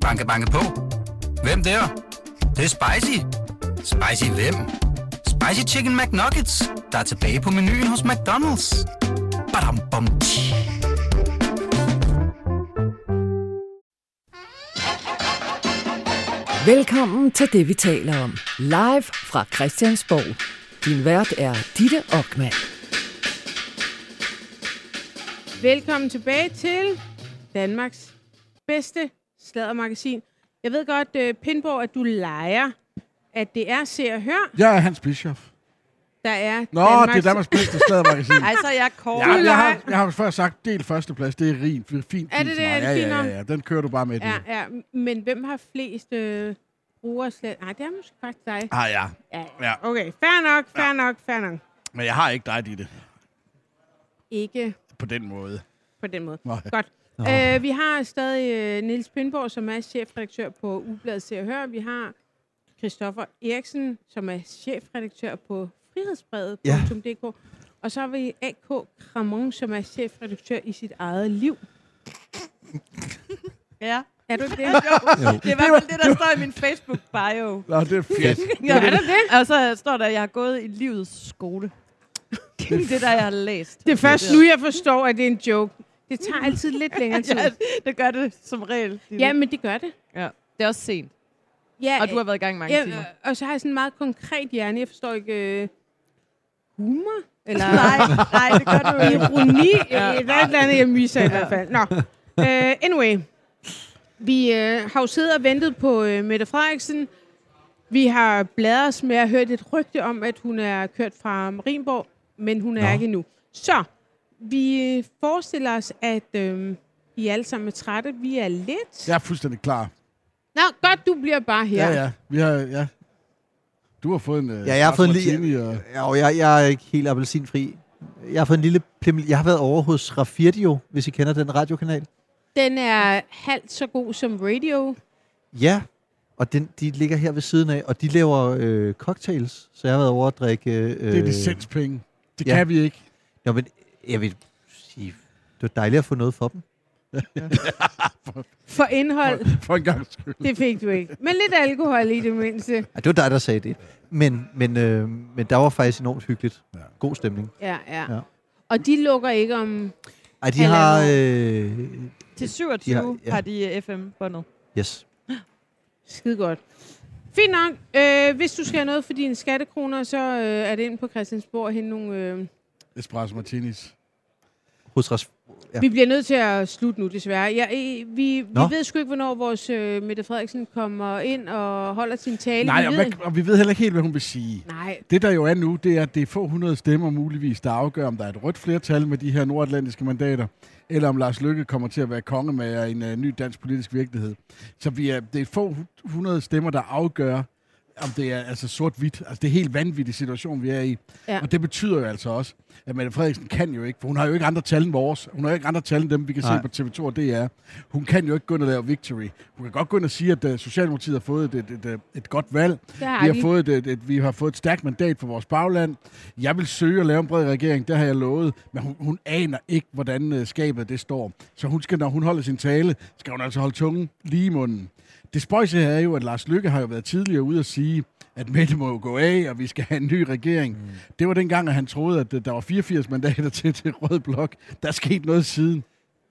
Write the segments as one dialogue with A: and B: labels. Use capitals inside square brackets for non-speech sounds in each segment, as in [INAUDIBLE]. A: Banke, banke på. Hvem der? Det, er? det er spicy. Spicy hvem? Spicy Chicken McNuggets, der er tilbage på menuen hos McDonald's. Badum, bom, tji.
B: Velkommen til det, vi taler om. Live fra Christiansborg. Din vært er Ditte Ockmann.
C: Velkommen tilbage til Danmarks bedste sladdermagasin. Jeg ved godt, uh, Pindborg, at du leger, at det er Se og Hør,
D: Jeg er Hans Bischof.
C: der er
D: Nå, Danmarks... det er Danmarks bedste sladdermagasin.
C: [LAUGHS]
E: Ej, så er Altså, jeg kort.
D: Ja, jeg,
C: nej.
D: har, jeg har før sagt, del førsteplads, det er rent, fint, fint
C: Er det
D: til
C: det?
D: mig.
C: Er det
D: ja,
C: fint
D: ja,
C: nok?
D: ja, ja, den kører du bare med. Ja.
C: Ja, ja, men hvem har flest øh, brugere slet? Nej, det er måske faktisk dig.
D: Ah ja,
C: Ja,
D: ja.
C: Okay, fair nok, fair ja. nok, fair nok.
D: men jeg har ikke dig, Ditte,
C: Ikke
D: på den måde.
C: på den måde.
D: Nej.
C: Godt. Øh, vi har stadig øh, Niels Pindborg, som er chefredaktør på Ubladet Se og Hør. Vi har Christoffer Eriksen, som er chefredaktør på frihedsbrevet.dk. Ja. Og så har vi A.K. Kramon, som er chefredaktør i sit eget liv.
E: Ja.
C: Er du det?
E: [LAUGHS] Det er i hvert fald det, der står i min Facebook-bio.
D: Nå, det er fedt.
E: Ja, er det det? Og så står der, at jeg har gået i livets skole. Det er det, der jeg har læst.
C: Det er først nu, jeg forstår, at det er en joke. Det tager altid lidt længere tid.
E: [LAUGHS] Ja, det gør det som regel.
C: Ja, men det gør det.
E: ja. Det er også sent.
C: Ja,
E: Og du har været i gang mange
C: ja,
E: timer.
C: øh, Og så har jeg sådan en meget konkret hjerne. Jeg forstår ikke øh, humor eller
F: [LAUGHS]
E: Nej, nej, det gør du ikke.
C: ironi. ja. Der er et eller andet, jeg misser i hvert fald. Nå. Uh, anyway. Vi øh, har jo siddet og ventet på øh, Mette Frederiksen. Vi har bladret os med at høre et rygte om, at hun er kørt fra Marienborg, men hun er Nå. ikke endnu. Så, vi øh, forestiller os, at øh, vi alle sammen er trætte. Vi er lidt...
D: Jeg er fuldstændig klar.
C: Nå, godt, du bliver bare her.
D: Ja, ja. Vi har, ja. Du har fået en... øh,
F: Ja, jeg har
D: Kraft
F: fået en li-
D: Martini, og...
F: Ja, og jeg, jeg er ikke helt appelsinfri. Jeg har fået en lille plimmel. Jeg har været over hos Rafirdio, hvis I kender den radiokanal.
C: Den er halvt så god som radio.
F: Ja, og den, de ligger her ved siden af, og de laver øh, cocktails. Så jeg har været over at drikke... Øh,
D: Det er licenspenge. Det
F: ja.
D: kan vi ikke.
F: Nå, men jeg vil sige, det var dejligt at få noget for dem.
C: For indhold,
D: For en gang skyld.
C: det fik du ikke. Men lidt alkohol i det mindste.
F: Ej, det var dig, der sagde det. Men, men, øh, men der var faktisk enormt hyggeligt. God stemning.
C: Ja, ja, ja.
F: Ja.
C: Og de lukker ikke om...
F: Ej, de har... Øh,
E: Til 27
F: De har- ja.
E: har de øh, FM-båndet.
F: yes.
C: Skide godt. Fint nok. Øh, hvis du skal have noget for dine skattekroner, så øh, er det ind på Christiansborg og hente nogle... Øh...
D: Espresso Martinis.
F: Hos Ras- ja.
C: Vi bliver nødt til at slutte nu, desværre. Ja, øh, vi, vi
F: Nå.
C: ved sgu ikke, hvornår vores øh, Mette Frederiksen kommer ind og holder sin tale.
D: Nej,
C: vi
D: og,
C: ved...
D: hvad, og vi ved heller ikke helt, hvad hun vil sige.
C: Nej,
D: Det, der jo er nu, det er, at det er få hundrede stemmer muligvis, der afgør, om der er et rødt flertal med de her nordatlantiske mandater, eller om Lars Lykke kommer til at være kongemager i en uh, ny dansk politisk virkelighed. Så vi er, det er få hu- hundrede stemmer, der afgør, om det er altså sort-hvidt. Altså, det er helt vanvittig situation, vi er i.
C: Ja.
D: Ja. Og det betyder jo altså også, at Mette Frederiksen kan jo ikke, for hun har jo ikke andre tal end vores. Hun har jo ikke andre tal end dem, vi kan Nej.
F: Nej.
D: se på TV2 og DR. Hun kan jo ikke gå ind og lave victory. Hun kan godt gå ind og sige, at uh, Socialdemokratiet har fået et, et, et, et godt valg.
C: det har
D: Vi
C: vi.
D: har, fået et, et, et, vi har fået et stærkt mandat for vores bagland. Jeg vil søge at lave en bred regering, det har jeg lovet. Men hun, hun aner ikke, hvordan øh, skabet det står. Så hun skal, når hun holder sin tale, skal hun altså holde tungen lige i munden. Det spøjse her er jo, at Lars Lykke har jo været tidligere ude at sige, at Mette må jo gå af, og vi skal have en ny regering. Mm. Det var dengang, at han troede, at øh, der var 84 mandater [LAUGHS] til, til Rød Blok. Der er sket noget siden.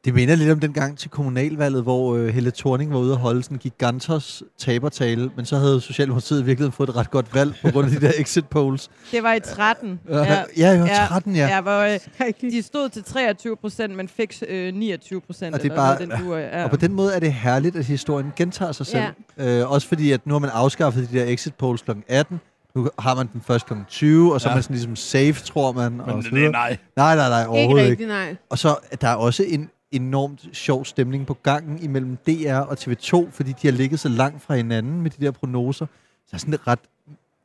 F: Det minder lidt om den gang til kommunalvalget, hvor øh, Helle Thorning var ude og holde sådan en gigantos tabertale, men så havde Socialdemokratiet virkelig fået et ret godt valg på grund af de der exit polls.
E: Det var i 13.
F: Ja, ja jeg var 13, ja.
E: ja hvor, øh, de stod til 23 procent, men fik øh, 29 procent.
F: Og det er bare-
E: den duer, ja.
F: Og på den måde er det herligt, at historien gentager sig selv. Ja. Øh, også fordi, at nu har man afskaffet de der exit polls kl. 18, nu har man den først kl. 20, og så ja. er man sådan ligesom safe, tror man. Men og så videre.
D: nej.
F: Nej, nej, nej,
C: Ikke
F: overhovedet ikke.
C: rigtigt, nej.
F: Og så er der er også en enormt sjov stemning på gangen imellem DR og TV2, fordi de har ligget så langt fra hinanden med de der prognoser. Så der er sådan en ret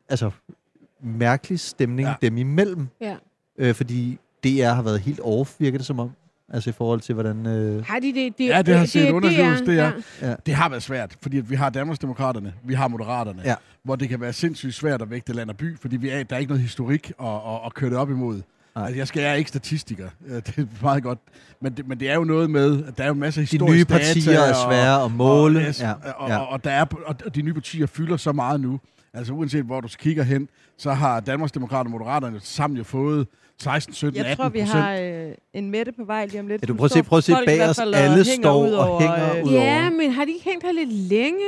F: altså, mærkelig stemning
D: Ja.
F: ja. dem imellem,
C: Ja.
F: øh, fordi DR har været helt off, virker det som om. Altså i forhold til, hvordan... Øh,
C: Har de det? det
D: Ja, det har set
C: er-
D: undersøgelser, det er.
F: ja.
D: Det har været svært, fordi at vi har Danmarksdemokraterne, vi har Moderaterne, ja.
F: Ja.
D: hvor det kan være sindssygt svært at vægte land og by, fordi vi er, der er ikke noget historik at, at, at køre det op imod.
F: Nej.
D: Altså, jeg, skal, jeg er ikke statistiker. Øh, Det er meget godt. Men det, men det er jo noget med, at der er jo en masse
F: De
D: historisk
F: nye partier
D: data,
F: er svære at måle.
D: Og, ja, og, og, og, der er, og de nye partier fylder så meget nu. Altså uanset hvor du kigger hen, så har Danmarksdemokraterne og Moderaterne sammen jo fået 16, 17,
E: Jeg
D: 18
E: tror, vi
D: procent.
E: har øh, en Mette på vej lige om lidt.
F: Ja, du
E: Hun
F: prøv at se-
E: står
F: prøv at se
E: folk i
F: bag
E: hvert
F: os.
E: fald
F: Alle
E: hænger
F: står
E: ud
F: og
E: over,
F: hænger
E: øh,
F: ud.
C: Ja,
F: Udover-
C: men har de ikke hængt her lidt længe?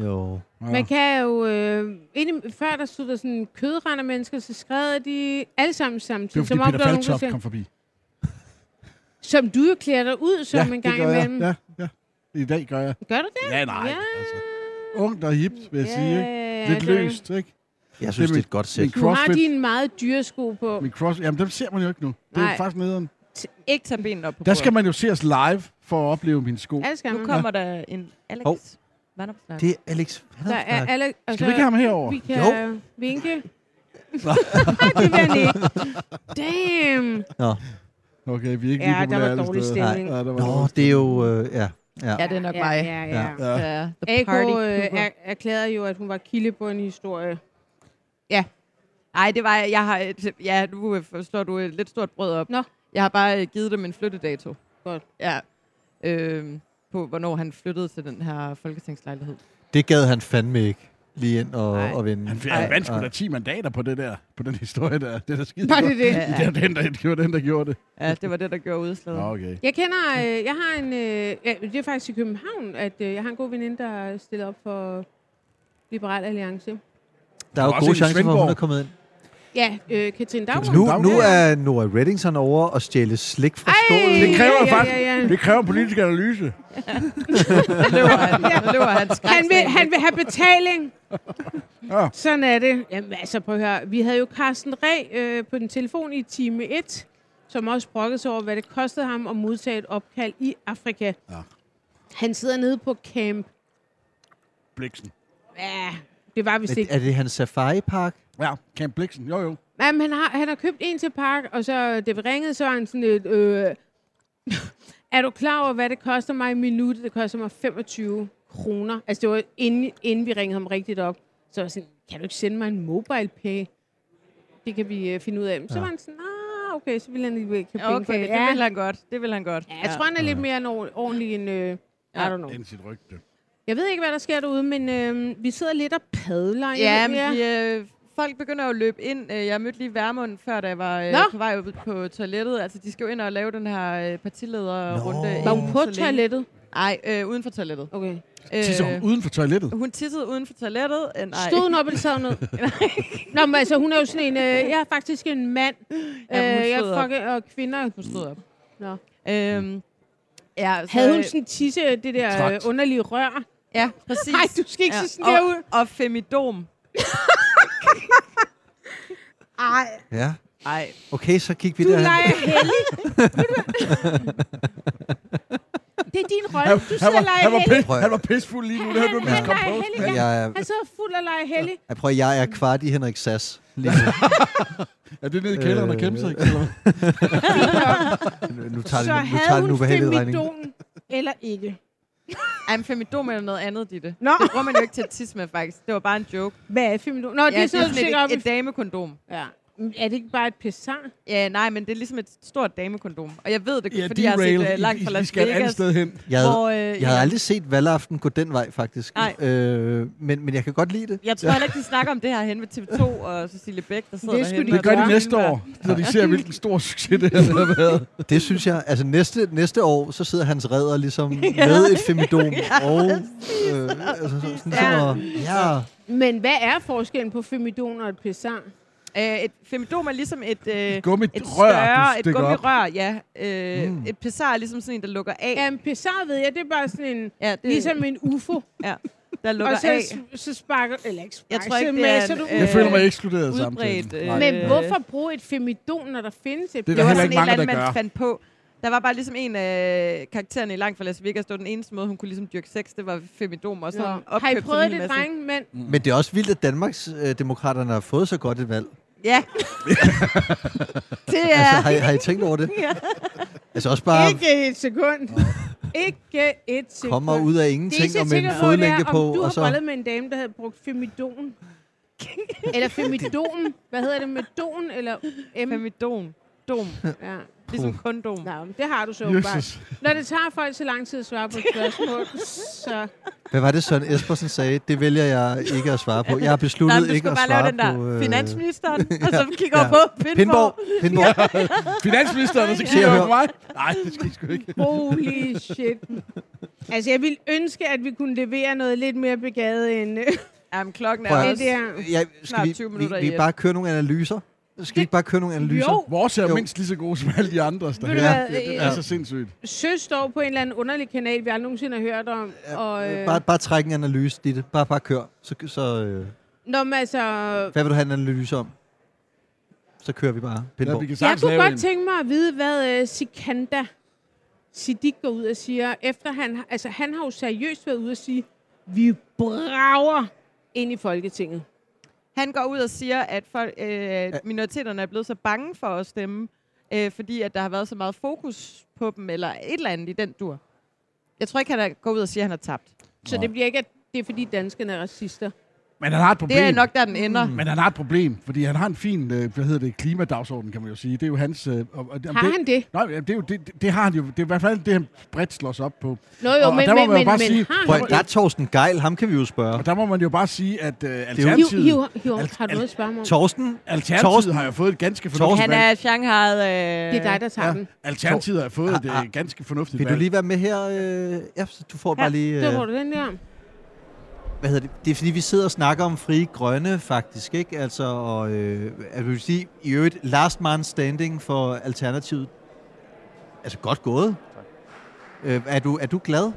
F: Jo.
D: Ja.
C: Man kan jo... Øh, inden, før der stod der sådan kødrende mennesker, så skred de alle sammen
D: Det var
C: samtidig.
D: fordi Peter
C: der var nogen, der
D: Faltop
C: sagde-
D: kom forbi.
C: Som du jo klæder dig ud som en
D: det
C: gang
D: gør jeg.
C: imellem.
D: Ja, ja. I dag gør jeg.
C: Gør du det?
D: Ja, nej.
C: Ja.
D: Altså, ungt og hipt, vil jeg
C: Ja,
D: sige. Ikke?
C: ja,
D: Lidt
C: det er det.
D: løst, ikke?
F: Jeg synes,
D: Det er
F: det,
D: min-
F: er et godt
D: Min
F: sæt.
C: Du har
D: crossfit,
C: dine meget dyre sko på.
D: min cross, jamen dem ser man jo ikke nu. Det er
C: Nej.
D: faktisk nederen.
E: Ikke tage benene op på
D: Der
E: bordet.
D: skal man jo se os live for at opleve mine sko.
C: Alt skal
E: Nu
C: man.
E: kommer der en Alex.
F: Hov.
E: Oh. Vandopsnak.
F: Det er Alex
C: Der er
F: Vanopslagh.
C: alle, og
D: Skal
C: så-
D: vi ikke have ham herover?
C: altså, Vi kan
D: [LAUGHS]
C: vinke. det vil han ikke. Damn.
D: Okay, vi er ikke
C: Ja,
D: lige
C: der var
D: populære alle
C: dårlig
D: steder.
C: stemning.
D: Ja, der var
F: Nå,
D: dårlig
F: det er jo... Øh, ja.
E: Ja, det er nok mig.
C: Ja, ja, ja.
D: Ja.
E: Ja. The
C: AK
E: party
C: øh,
E: pooper.
C: er- erklærede jo, at hun var kilde på en
D: [LAUGHS]
C: historie.
E: Ej, det var jeg. jeg har, et- ja, nu øh, slår du et lidt stort brød op.
C: Nå.
E: Jeg har bare øh, givet dem en flyttedato.
C: Godt.
E: Ja. Øhm, på, hvornår han flyttede til den her folketingslejlighed.
F: Det gad han fandme ikke lige ind og,
E: Nej.
F: og vende.
D: Han,
E: Ej.
D: han vandt sgu da 10 mandater på det der, på den historie der. Det er da skide
C: Var det det?
E: Ja.
D: Det var den, der, det var den, der gjorde det.
E: Ja, det var det, der gjorde udslaget.
D: Nå, okay.
C: Jeg kender, øh, jeg har en, øh, ja, det er faktisk i København, at øh, jeg har en god veninde, der stiller op for Liberal Alliance.
F: Der er jo
D: Også
F: gode
D: en
F: chancer for, at hun
D: Svendborg.
F: er kommet ind.
C: Ja, øh, Katrine Daggaard.
F: Nu,
D: Dag-
F: nu
D: Ja.
F: er Nora Reddington over og stjæle slik fra skålen.
D: Det kræver
C: ja,
D: faktisk-
C: Ja, ja.
D: Det kræver en politisk analyse.
E: Det løber han, det løber han,
C: Han vil, han vil have betaling.
D: Ja.
C: Sådan er det. Jamen altså, prøv at høre. Vi havde jo Carsten Reh øh, på den telefon i time 1, som også brokkede sig over, hvad det kostede ham at modtage et opkald i Afrika.
D: Ja.
C: Han sidder nede på camp.
D: Bliksen.
C: Ja, det var vist
F: Men
C: ikke.
F: Er det hans safari-park?
D: Ja, Camp Bliksen. Jo, jo.
C: Jamen, han har, han har købt en til park, og så det ringede, så var han sådan lidt... Øh, [LAUGHS] er du klar over, hvad det koster mig i minuttet? Det koster mig 25 kroner. Altså, det var inden, inden vi ringede ham rigtigt op. Så var jeg sådan, kan du ikke sende mig en mobile pay? Det kan vi øh, finde ud af. Men Så
F: Ja.
C: var han sådan, ah, okay, så ville han lige købe penge for
E: Okay,
C: det.
E: det
C: Ja.
E: vil han godt. Det vil han godt.
C: Ja, jeg tror, han er lidt mere en or- ordentlig end... Øh, I
E: Ja.
C: don't know.
D: Ind sit rygte.
C: Øh. Jeg ved ikke, hvad der sker derude, men øh, vi sidder lidt og padler. Jeg
E: Ja,
C: ved-
E: men de, øh, folk begynder jo at løbe ind. Øh, Jeg mødte lige Værmund før, da jeg var øh,
C: Nå.
E: på vej ud på toilettet. Altså, de skal jo ind og lave den her øh, partilederrunde.
F: Nå.
C: Var
E: inden
C: hun på
E: så længe.
C: toilettet?
E: Nej, øh, uden for toilettet. Øh,
C: Okay.
D: Tisser hun uden for toilettet.
E: hun tissede uden for toilettet. Øh, nej.
C: Stod hun op eller sad hun ned? Nå, men altså, hun er jo sådan en... Øh, jeg er faktisk en mand.
E: Ja,
C: Ja,
E: hun
C: øh, jeg
E: stod
C: er
E: op.
C: fucking, og kvinder.
E: Hun stod op.
C: Nå.
E: Øhm, ja, så,
C: Havde hun
E: øh,
C: sådan en tisse, det der øh,
D: Tragt.
C: underlige rør?
E: Ja, præcis.
C: Nej, du skal ikke se sådan der ud.
E: Og, og femidom.
C: Ej,
F: Ja.
E: Nej,
F: Okay, så gik vi
C: du
F: derhen.
C: leger heldig. det er din rolle. Du
D: Han
C: sidder
D: var,
C: og leger
D: han var,
C: heldig.
D: pis, han var pissfuld lige nu. Det havde du
C: Han
D: vist kom
C: leger
D: på.
C: heldig,
F: Men
C: ja.
F: jeg, er-
C: Han sidder fuld og leger heldig.
F: jeg prøver, jeg er kvart i Henrik Sass. Lige nu.
D: Er det nede i kælderen og
F: Øh,
D: kæmpe sig? Eller? hvad?
F: nu tager
C: Så
F: det, nu tager
C: havde
F: det en
C: hun
F: ubehagelig regning.
C: femidonen eller ikke.
E: Ej, men femidom er noget andet, Ditte.
C: Nå,
E: Det bruger man jo ikke til at tisse med, faktisk. Det var bare en joke.
C: hvad er femidon? Nå, det er sådan noget, du
E: et,
C: stikker op i...
E: et damekondom.
C: Ja. Men Er det ikke bare et pissar?
E: Ja, nej, men det er ligesom et stort damekondom. Og jeg ved det,
D: Ja,
E: fordi jeg har
D: derail.
E: set uh, langt
D: I,
E: fra
D: I, I
E: Las
D: skal et andet
E: Vegas.
D: sted hen.
F: Jeg havde,
E: Hvor, øh,
F: jeg havde aldrig set valgaften gå den vej, faktisk.
E: Nej.
F: Øh, men, men jeg kan godt lide det.
E: jeg tror heller ikke, de snakker om det her hen ved TV2
D: [LAUGHS]
E: og Cecilie Bæk, der sidder
C: Det skulle
E: derhenne.
C: de
D: Det gør de
C: Ja.
D: næste år, så de ser, hvilken stor succes det
E: [LAUGHS]
D: her det har været.
F: Det synes jeg. Altså næste, næste år, så sidder Hans Redder
C: [LAUGHS]
F: ligesom med et femidom. og, øh, altså, sådan, sådan,
C: Ja.
F: sådan, noget. ja.
C: Men hvad er forskellen på femidon og et pissar?
E: Øh, et femidom er ligesom et... Øh,
D: Gummit
E: et
D: rør,
E: større,
D: du
E: et
D: stikker op. Mm.
E: gummirør, ja. Øh, Et pessar er ligesom sådan en, der lukker af.
C: Ja, en pissar ved jeg, det er bare sådan en...
E: ja det,
C: Ligesom en ufo.
E: ja, der lukker
C: og så,
E: af.
C: så sparker... Eller ikke sparker,
E: Jeg tror ikke,
C: så
E: det er
C: masser
E: en,
C: du
E: øh,
D: Jeg
C: ud.
D: føler mig ekskluderet af
E: udbredt,
D: samtalen.
E: øh,
D: Nej.
C: Men
E: øh,
C: hvorfor bruge et femidon, når der findes et...
D: Det er
E: Det
D: der
E: var
D: heller ikke
E: sådan en
D: mange,
E: eller anden,
D: der
E: man
D: gør.
E: fandt på. Der var bare ligesom en af karaktererne i Langt fra Las Vegas, det var den eneste måde, hun kunne ligesom dyrke sex, det var femidom, og så
C: Nå.
E: opkøbte
C: Har I prøvet
E: en hel
C: det,
E: masse.
C: drenge? Men
F: Mm. Men det er også vildt, at Danmarks øh, demokraterne har fået så godt et valg.
E: Ja. det
F: Ja.
E: er...
F: Altså, har, I- har I tænkt over det?
E: [LAUGHS] Ja.
F: Altså også bare
C: ikke et sekund. ikke et sekund.
F: kommer ud af
C: Det eneste,
F: ingenting og
C: jeg
F: med en
C: tænker på, det
F: fodlænke
C: er,
F: på,
C: om du
F: og
C: har
F: så...
C: bollet med en dame, der havde brugt [LAUGHS] femidon. eller femidon. Hvad hedder det? Med don eller M?
E: Femidon. kondom.
C: Ja.
E: Ligesom kondom.
C: Nå, men det har du så åbenbart.
D: Jesus.
C: Når det tager folk så lang tid at svare på et spørgsmål, så...
F: Hvad var det, Søren Espersen sagde? Det vælger jeg ikke at svare på. Jeg
E: [LAUGHS] Nej,
F: har besluttet
E: men du
F: ikke
E: skal
F: at
E: bare
F: svare
E: lave den der
F: på... øh,
E: finansministeren, og så kigger
F: Ja.
E: ja. på Pindborg.
F: Pindborg.
E: [LAUGHS]
F: Pindborg.
D: Finansministeren, og så
E: Ja.
D: kigger han på mig. Nej, det skal I sgu ikke.
C: Holy shit. Altså, jeg ville ønske, at vi kunne levere noget lidt mere begavet end... øh,
E: Jamen, klokken er
F: Prøv at-
E: også...
C: Det der.
F: Ja, skal
E: Snart
F: vi,
E: 20
F: vi,
E: minutter
F: vi
E: i.
F: bare køre nogle analyser? Skal vi ikke bare køre nogle analyser?
C: Jo,
D: Vores er
F: Jo.
D: jo. mindst lige så gode som alle de andres. Der
C: Ved du
D: her.
C: hvad,
D: det
C: øh,
D: er så sindssygt.
C: Søs står på en eller anden underlig kanal, vi aldrig nogensinde har hørt om. Og, øh,
F: Bare, bare træk en analyse, Ditte. Bare, bare kør. Så, så, øh,
C: når man altså...
F: hvad vil du have en analyse om? Så kører vi bare.
D: Ja,
F: Pindborg.
D: vi kan
C: Jeg
D: sagtens
C: kunne
D: lave
C: godt
D: en.
C: tænke mig at vide, hvad øh, Sikanda Siddiq går ud og siger, efter han... Altså, han har jo seriøst været ude og sige, vi brager ind i Folketinget.
E: Han går ud og siger, at folk, øh, minoriteterne er blevet så bange for at stemme, øh, fordi at der har været så meget fokus på dem, eller et eller andet i den dur. Jeg tror ikke, han er, går ud og siger, at han har tabt.
C: Så
D: Nå.
C: det bliver ikke, at det er fordi danskerne er racister.
D: Men han har et problem.
E: Det er nok, der den ender. Mm.
D: Men han har et problem, fordi han har en fin, øh, hvad hedder det, klimadagsorden, kan man jo sige. Det er jo hans... Øh, og, og, jamen,
C: Har
D: det,
C: han det?
D: Nej, jamen, det, er jo, det, det- det har han jo. Det er i hvert fald det, han bredt slår sig op på.
C: Nå jo,
D: Og- og
C: men,
D: der må
C: men,
D: man jo
C: men,
D: bare
C: men
D: sige,
C: har
F: Prøv,
C: han
F: at- der er Torsten Geil. Ham kan vi jo spørge.
D: Og der må man jo bare sige, at øh,
C: Hiv,
D: Alternativet,
C: hiv, hiv, har du
D: Al-
C: noget at spørge mig om?
F: Torsten?
D: Alternativet
F: Torsten.
D: har jo fået et ganske
F: Torsten.
D: fornuftigt
E: Han
D: valg.
E: er Shanghai... Øh,
C: Det er dig, der tager den.
D: Alternativet har fået et
F: Ah, ah.
D: øh, ganske fornuftigt
F: Vil du
D: valg.
F: lige være med her? Øh, ja, så du får bare lige...
C: Så
F: Øh,
C: får du den der.
F: hvad hedder det? Det er fordi, vi sidder og snakker om frie grønne, faktisk, ikke? Altså, og, øh, jeg vil sige, i øvrigt, last man standing for Alternativet. Altså, godt gået. Øh, er, du, er du glad?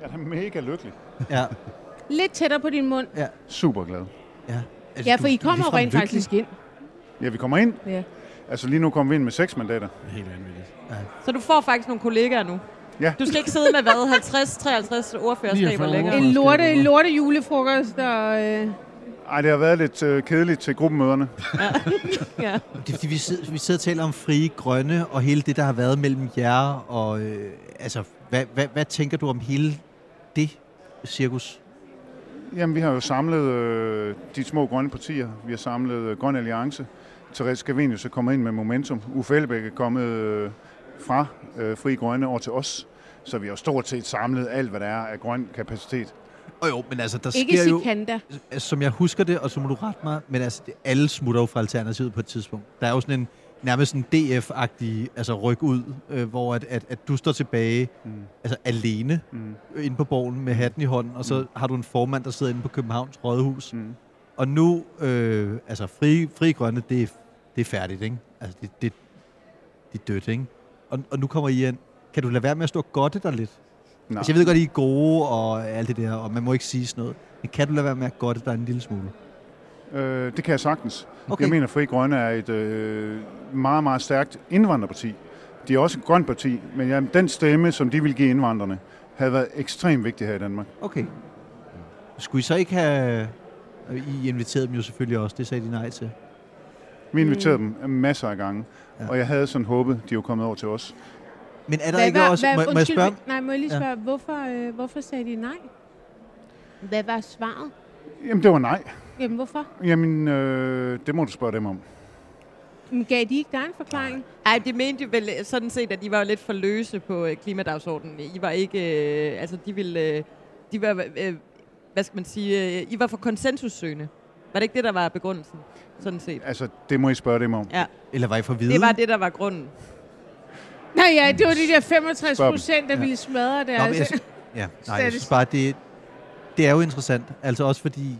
G: Jeg er da mega lykkelig.
F: Ja,
C: Lidt tættere på din mund.
G: Super glad.
F: ja. Altså,
C: Ja,
F: du
C: for I
F: er
C: kommer jo
F: ligefrem
C: rent
F: lykkelig.
C: faktisk ind.
G: Ja, vi kommer ind.
C: Ja.
G: Altså lige nu kommer vi ind med seks mandater.
D: Helt vanvittigt.
E: Så du får faktisk nogle kollegaer nu.
G: Ja.
E: Du skal ikke sidde med, hvad, [LAUGHS] 50-53 ordførerskaber
D: 49
E: længere.
C: En
D: Måske
C: lorte,
D: noget.
C: lorte julefrokost, og øh,
G: Ej, det har været lidt øh, kedeligt til gruppemøderne.
E: Ja.
F: Det er fordi, vi sidder, vi sidder og taler om frie grønne, og hele det, der har været mellem jer, og øh, altså, hvad, hvad, hvad tænker du om hele det cirkus?
G: Jamen, vi har jo samlet øh, de små grønne partier. Vi har samlet øh, Grøn Alliance. Therese Scavenius er kommet ind med Momentum. Uffe Elbæk er kommet øh, fra øh, Fri Grønne over til os. Så vi har jo stort set samlet alt, hvad der er af grøn kapacitet.
F: Og jo, men altså, der
C: ikke
F: sker jo...
C: Sikanda.
F: altså, som jeg husker det, og så må du rette mig, men altså, det, alle smutter jo fra Alternativet på et tidspunkt. Der er jo sådan en nærmest en DF-agtig altså ryk ud, øh, hvor at, at, at du står tilbage mm. altså alene mm. inde på borgen med hatten i hånden, og så mm. har du en formand, der sidder inde på Københavns Rådhus. Mm. Og nu, øh, altså fri, fri grønne, det, er, det er færdigt, ikke? Altså det, det, det er dødt, ikke? Og, og nu kommer I ind. Kan du lade være med at stå og godte dig lidt?
G: Nej.
F: Altså, jeg ved godt, I er gode og alt det der, og man må ikke sige sådan noget. Men kan du lade være med at godte dig en lille smule?
G: Øh, det kan jeg sagtens.
F: Okay.
G: Okay. Jeg mener, at Fri Grønne er et øh, meget, meget stærkt indvandrerparti. De er også et grønt parti, men jamen, den stemme, som de vil give indvandrerne, havde været ekstremt vigtig her i Danmark.
F: Okay. Skulle I så ikke have... I inviterede dem jo selvfølgelig også, det sagde de nej til.
G: Vi inviterede dem masser af gange,
F: Ja.
G: Mm. ja. og jeg havde sådan håbet, de var kommet over til os.
F: Men er der
C: Hvad
F: ikke
C: var-
F: også...
C: hvad-
F: må, må jeg
C: undskyld,
F: spørge?
C: Nej, må jeg lige
F: Ja.
C: spørge, hvorfor, øh, hvorfor sagde de nej? Hvad var svaret?
G: Jamen, det var nej.
C: Jamen, hvorfor?
G: Jamen, øh, det må du spørge dem om.
C: Men gav de ikke dig en forklaring?
E: Ej, de mente jo vel øh, sådan set, at I var jo lidt for løse på øh, klimadagsordenen. I var ikke... Øh, altså, de ville... Øh, de var, øh, hvad skal man sige? Øh, I var for konsensussøgende. Var det ikke det, der var begrundelsen? Sådan set.
G: Altså, det må I spørge dem om.
E: Ja,
F: Eller var I for vide?
E: det var det, der var grunden.
C: Nej, ja, det var de der 65
G: Spørg dem.
C: procent, der ville smadre
F: Nå, men jeg,
C: deres.
F: sy- [LAUGHS] ja, nej, jeg synes
C: status.
F: bare, det, det er jo interessant. Altså også fordi,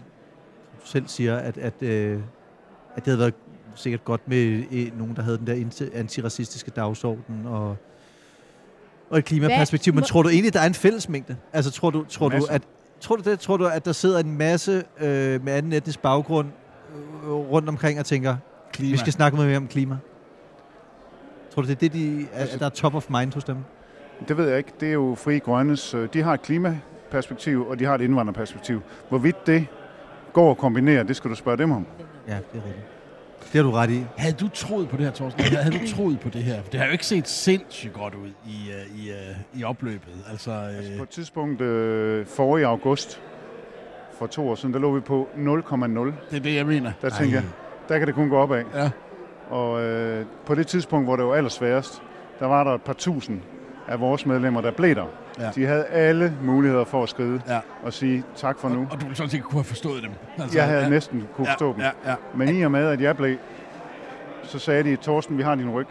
F: du selv siger, at, at, øh, at det havde været sikkert godt med øh, nogen, der havde den der inti- antiracistiske dagsorden og, og et klimaperspektiv. Men
C: Hvad-
F: tror du egentlig, der er en fællesmængde? Altså tror du, tror du
G: Masser.
F: at tror du det? Tror du, at der sidder en masse øh, med anden etnisk baggrund øh, rundt omkring og tænker, klima. vi skal snakke noget mere om klima? Tror du, det er det, de, at,
G: Altså-
F: at der er top of mind hos dem?
G: Det ved jeg ikke. Det er jo Fri Grønnes. øh, De har et klimaperspektiv, og de har et indvandrerperspektiv. Hvorvidt det går at kombinere, det skal du spørge dem om.
F: Ja, det er rigtigt. Det har du ret i.
D: Havde du troet på det her, Torsten? Havde du troet på det her? For det har jo ikke set sindssygt godt ud i, øh, i, øh, i opløbet. Altså,
G: Altså
D: øh,
G: på et tidspunkt øh, forrige august, for to år siden, der lå vi på 0,0.
D: det er det, jeg mener.
G: Der tænkte
F: Ej.
G: jeg, der kan det kun gå opad.
D: Ja.
G: Og øh, på det tidspunkt, hvor det var allersværest, der var der et par tusind af vores medlemmer, der blev der.
D: Ja.
G: Ja. De havde alle muligheder for at skride
D: Ja.
G: ja. og sige tak for nu.
D: Og, og du ville sådan set kunne have forstået dem. Altså,
G: Jeg havde næsten kunne forstå
D: ja,
G: dem.
D: Ja, ja.
G: Men i og med, at jeg blev, så sagde de, Torsten, vi har din ryg.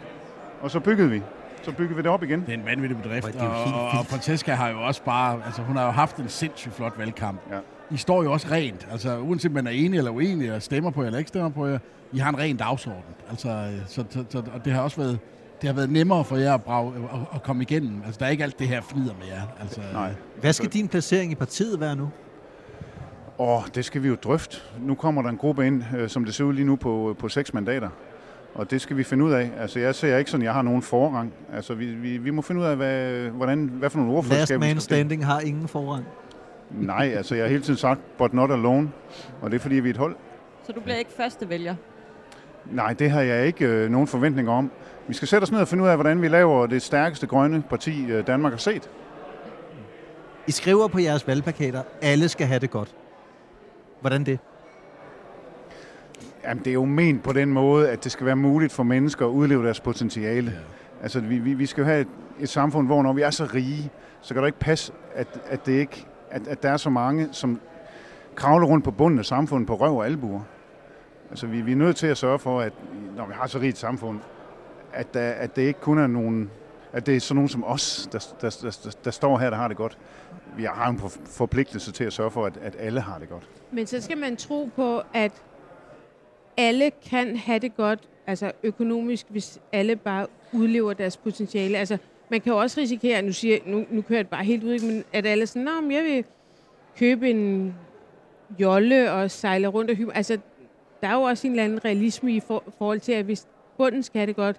G: Og så byggede vi. Så byggede vi det op igen.
D: Det er en vanvittig bedrift.
F: Ej, det er jo helt
D: og, og, og Francesca har jo også bare... Altså, hun har jo haft en sindssygt flot valgkamp.
G: Ja.
D: I står jo også rent. Altså, uanset om man er enig eller uenig, eller stemmer på jer eller ikke stemmer på jer, I har en ren dagsorden. Altså, øh, så, så, så, og det har også været... Det har været nemmere for jer at, brage, at, at komme igennem. Altså, der er ikke alt det her fnider med jer. Altså,
G: Nej.
F: Hvad skal din placering i partiet være nu?
G: Og det skal vi jo drøfte. Nu kommer der en gruppe ind, øh, som det ser ud lige nu, på, på seks mandater. Og det skal vi finde ud af. Altså, jeg ser ikke sådan, at jeg har nogen forrang. Altså, vi, vi, vi må finde ud af, hvad, hvordan, hvad for nogle
F: Last
G: ordførerskaber vi
F: man
G: skal stille.
F: standing har ingen forrang.
G: Nej, altså, jeg har hele tiden sagt, but not alone. Og det er, fordi vi er et hold.
E: Så du bliver ikke første vælger?
G: Nej, det har jeg ikke øh, nogen forventninger om. Vi skal sætte os ned og finde ud af, hvordan vi laver det stærkeste grønne parti, øh, Danmark har set.
F: I skriver på jeres valgplakater, alle skal have det godt. Hvordan det?
G: Jamen, det er jo ment på den måde, at det skal være muligt for mennesker at udleve deres potentiale. Altså, vi, vi, vi skal jo have et, et samfund, hvor når vi er så rige, så kan det ikke passe, at, at, det ikke, at, at der er så mange, som kravler rundt på bunden af samfundet på røv og albuer. Altså, vi, vi er nødt til at sørge for, at når vi har så rigt et samfund, at, der, at det ikke kun er nogen, at det er sådan nogen som os, der, der, der, der, der står her, der har det godt. Vi har en for- forpligtelse til at sørge for, at, at alle har det godt.
C: Men så skal man tro på, at alle kan have det godt, altså økonomisk, hvis alle bare udlever deres potentiale. Altså, man kan jo også risikere, nu, siger, nu, nu kører jeg det bare helt ud, ikke? men at alle er sådan, Nå, men jeg vil købe en jolle og sejle rundt og hygge. mig." Altså, der er jo også en eller anden realisme i for, forhold til, at hvis bunden skal have det godt,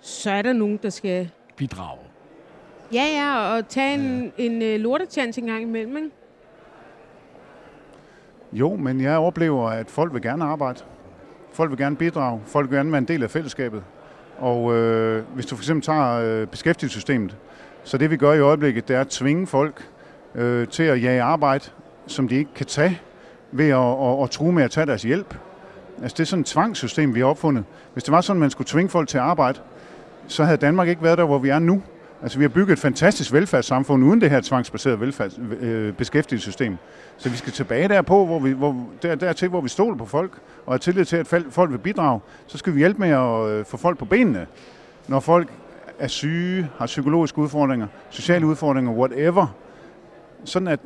C: så er der nogen, der skal...
D: Bidrag.
C: Ja, ja, og tage en, en, en lortetjans en gang imellem, ikke?
G: Jo, men jeg oplever, at folk vil gerne arbejde. Folk vil gerne bidrage. Folk vil gerne være en del af fællesskabet. Og øh, hvis du for eksempel tager øh, beskæftigelsessystemet, så det vi gør i øjeblikket, det er at tvinge folk øh, til at jage arbejde, som de ikke kan tage, ved at, at, at true med at tage deres hjælp. Altså det er sådan et tvangssystem, vi har opfundet. Hvis det var sådan, at man skulle tvinge folk til at arbejde, så havde Danmark ikke været der, hvor vi er nu. Altså vi har bygget et fantastisk velfærdssamfund uden det her tvangsbaserede velfærds, øh, beskæftigelsessystem. Så vi skal tilbage derpå, hvor vi, hvor, der, dertil, hvor vi stoler på folk, og har tillid til, at fal- folk vil bidrage. Så skal vi hjælpe med at øh, få folk på benene. Når folk er syge, har psykologiske udfordringer, sociale udfordringer, whatever. Sådan at,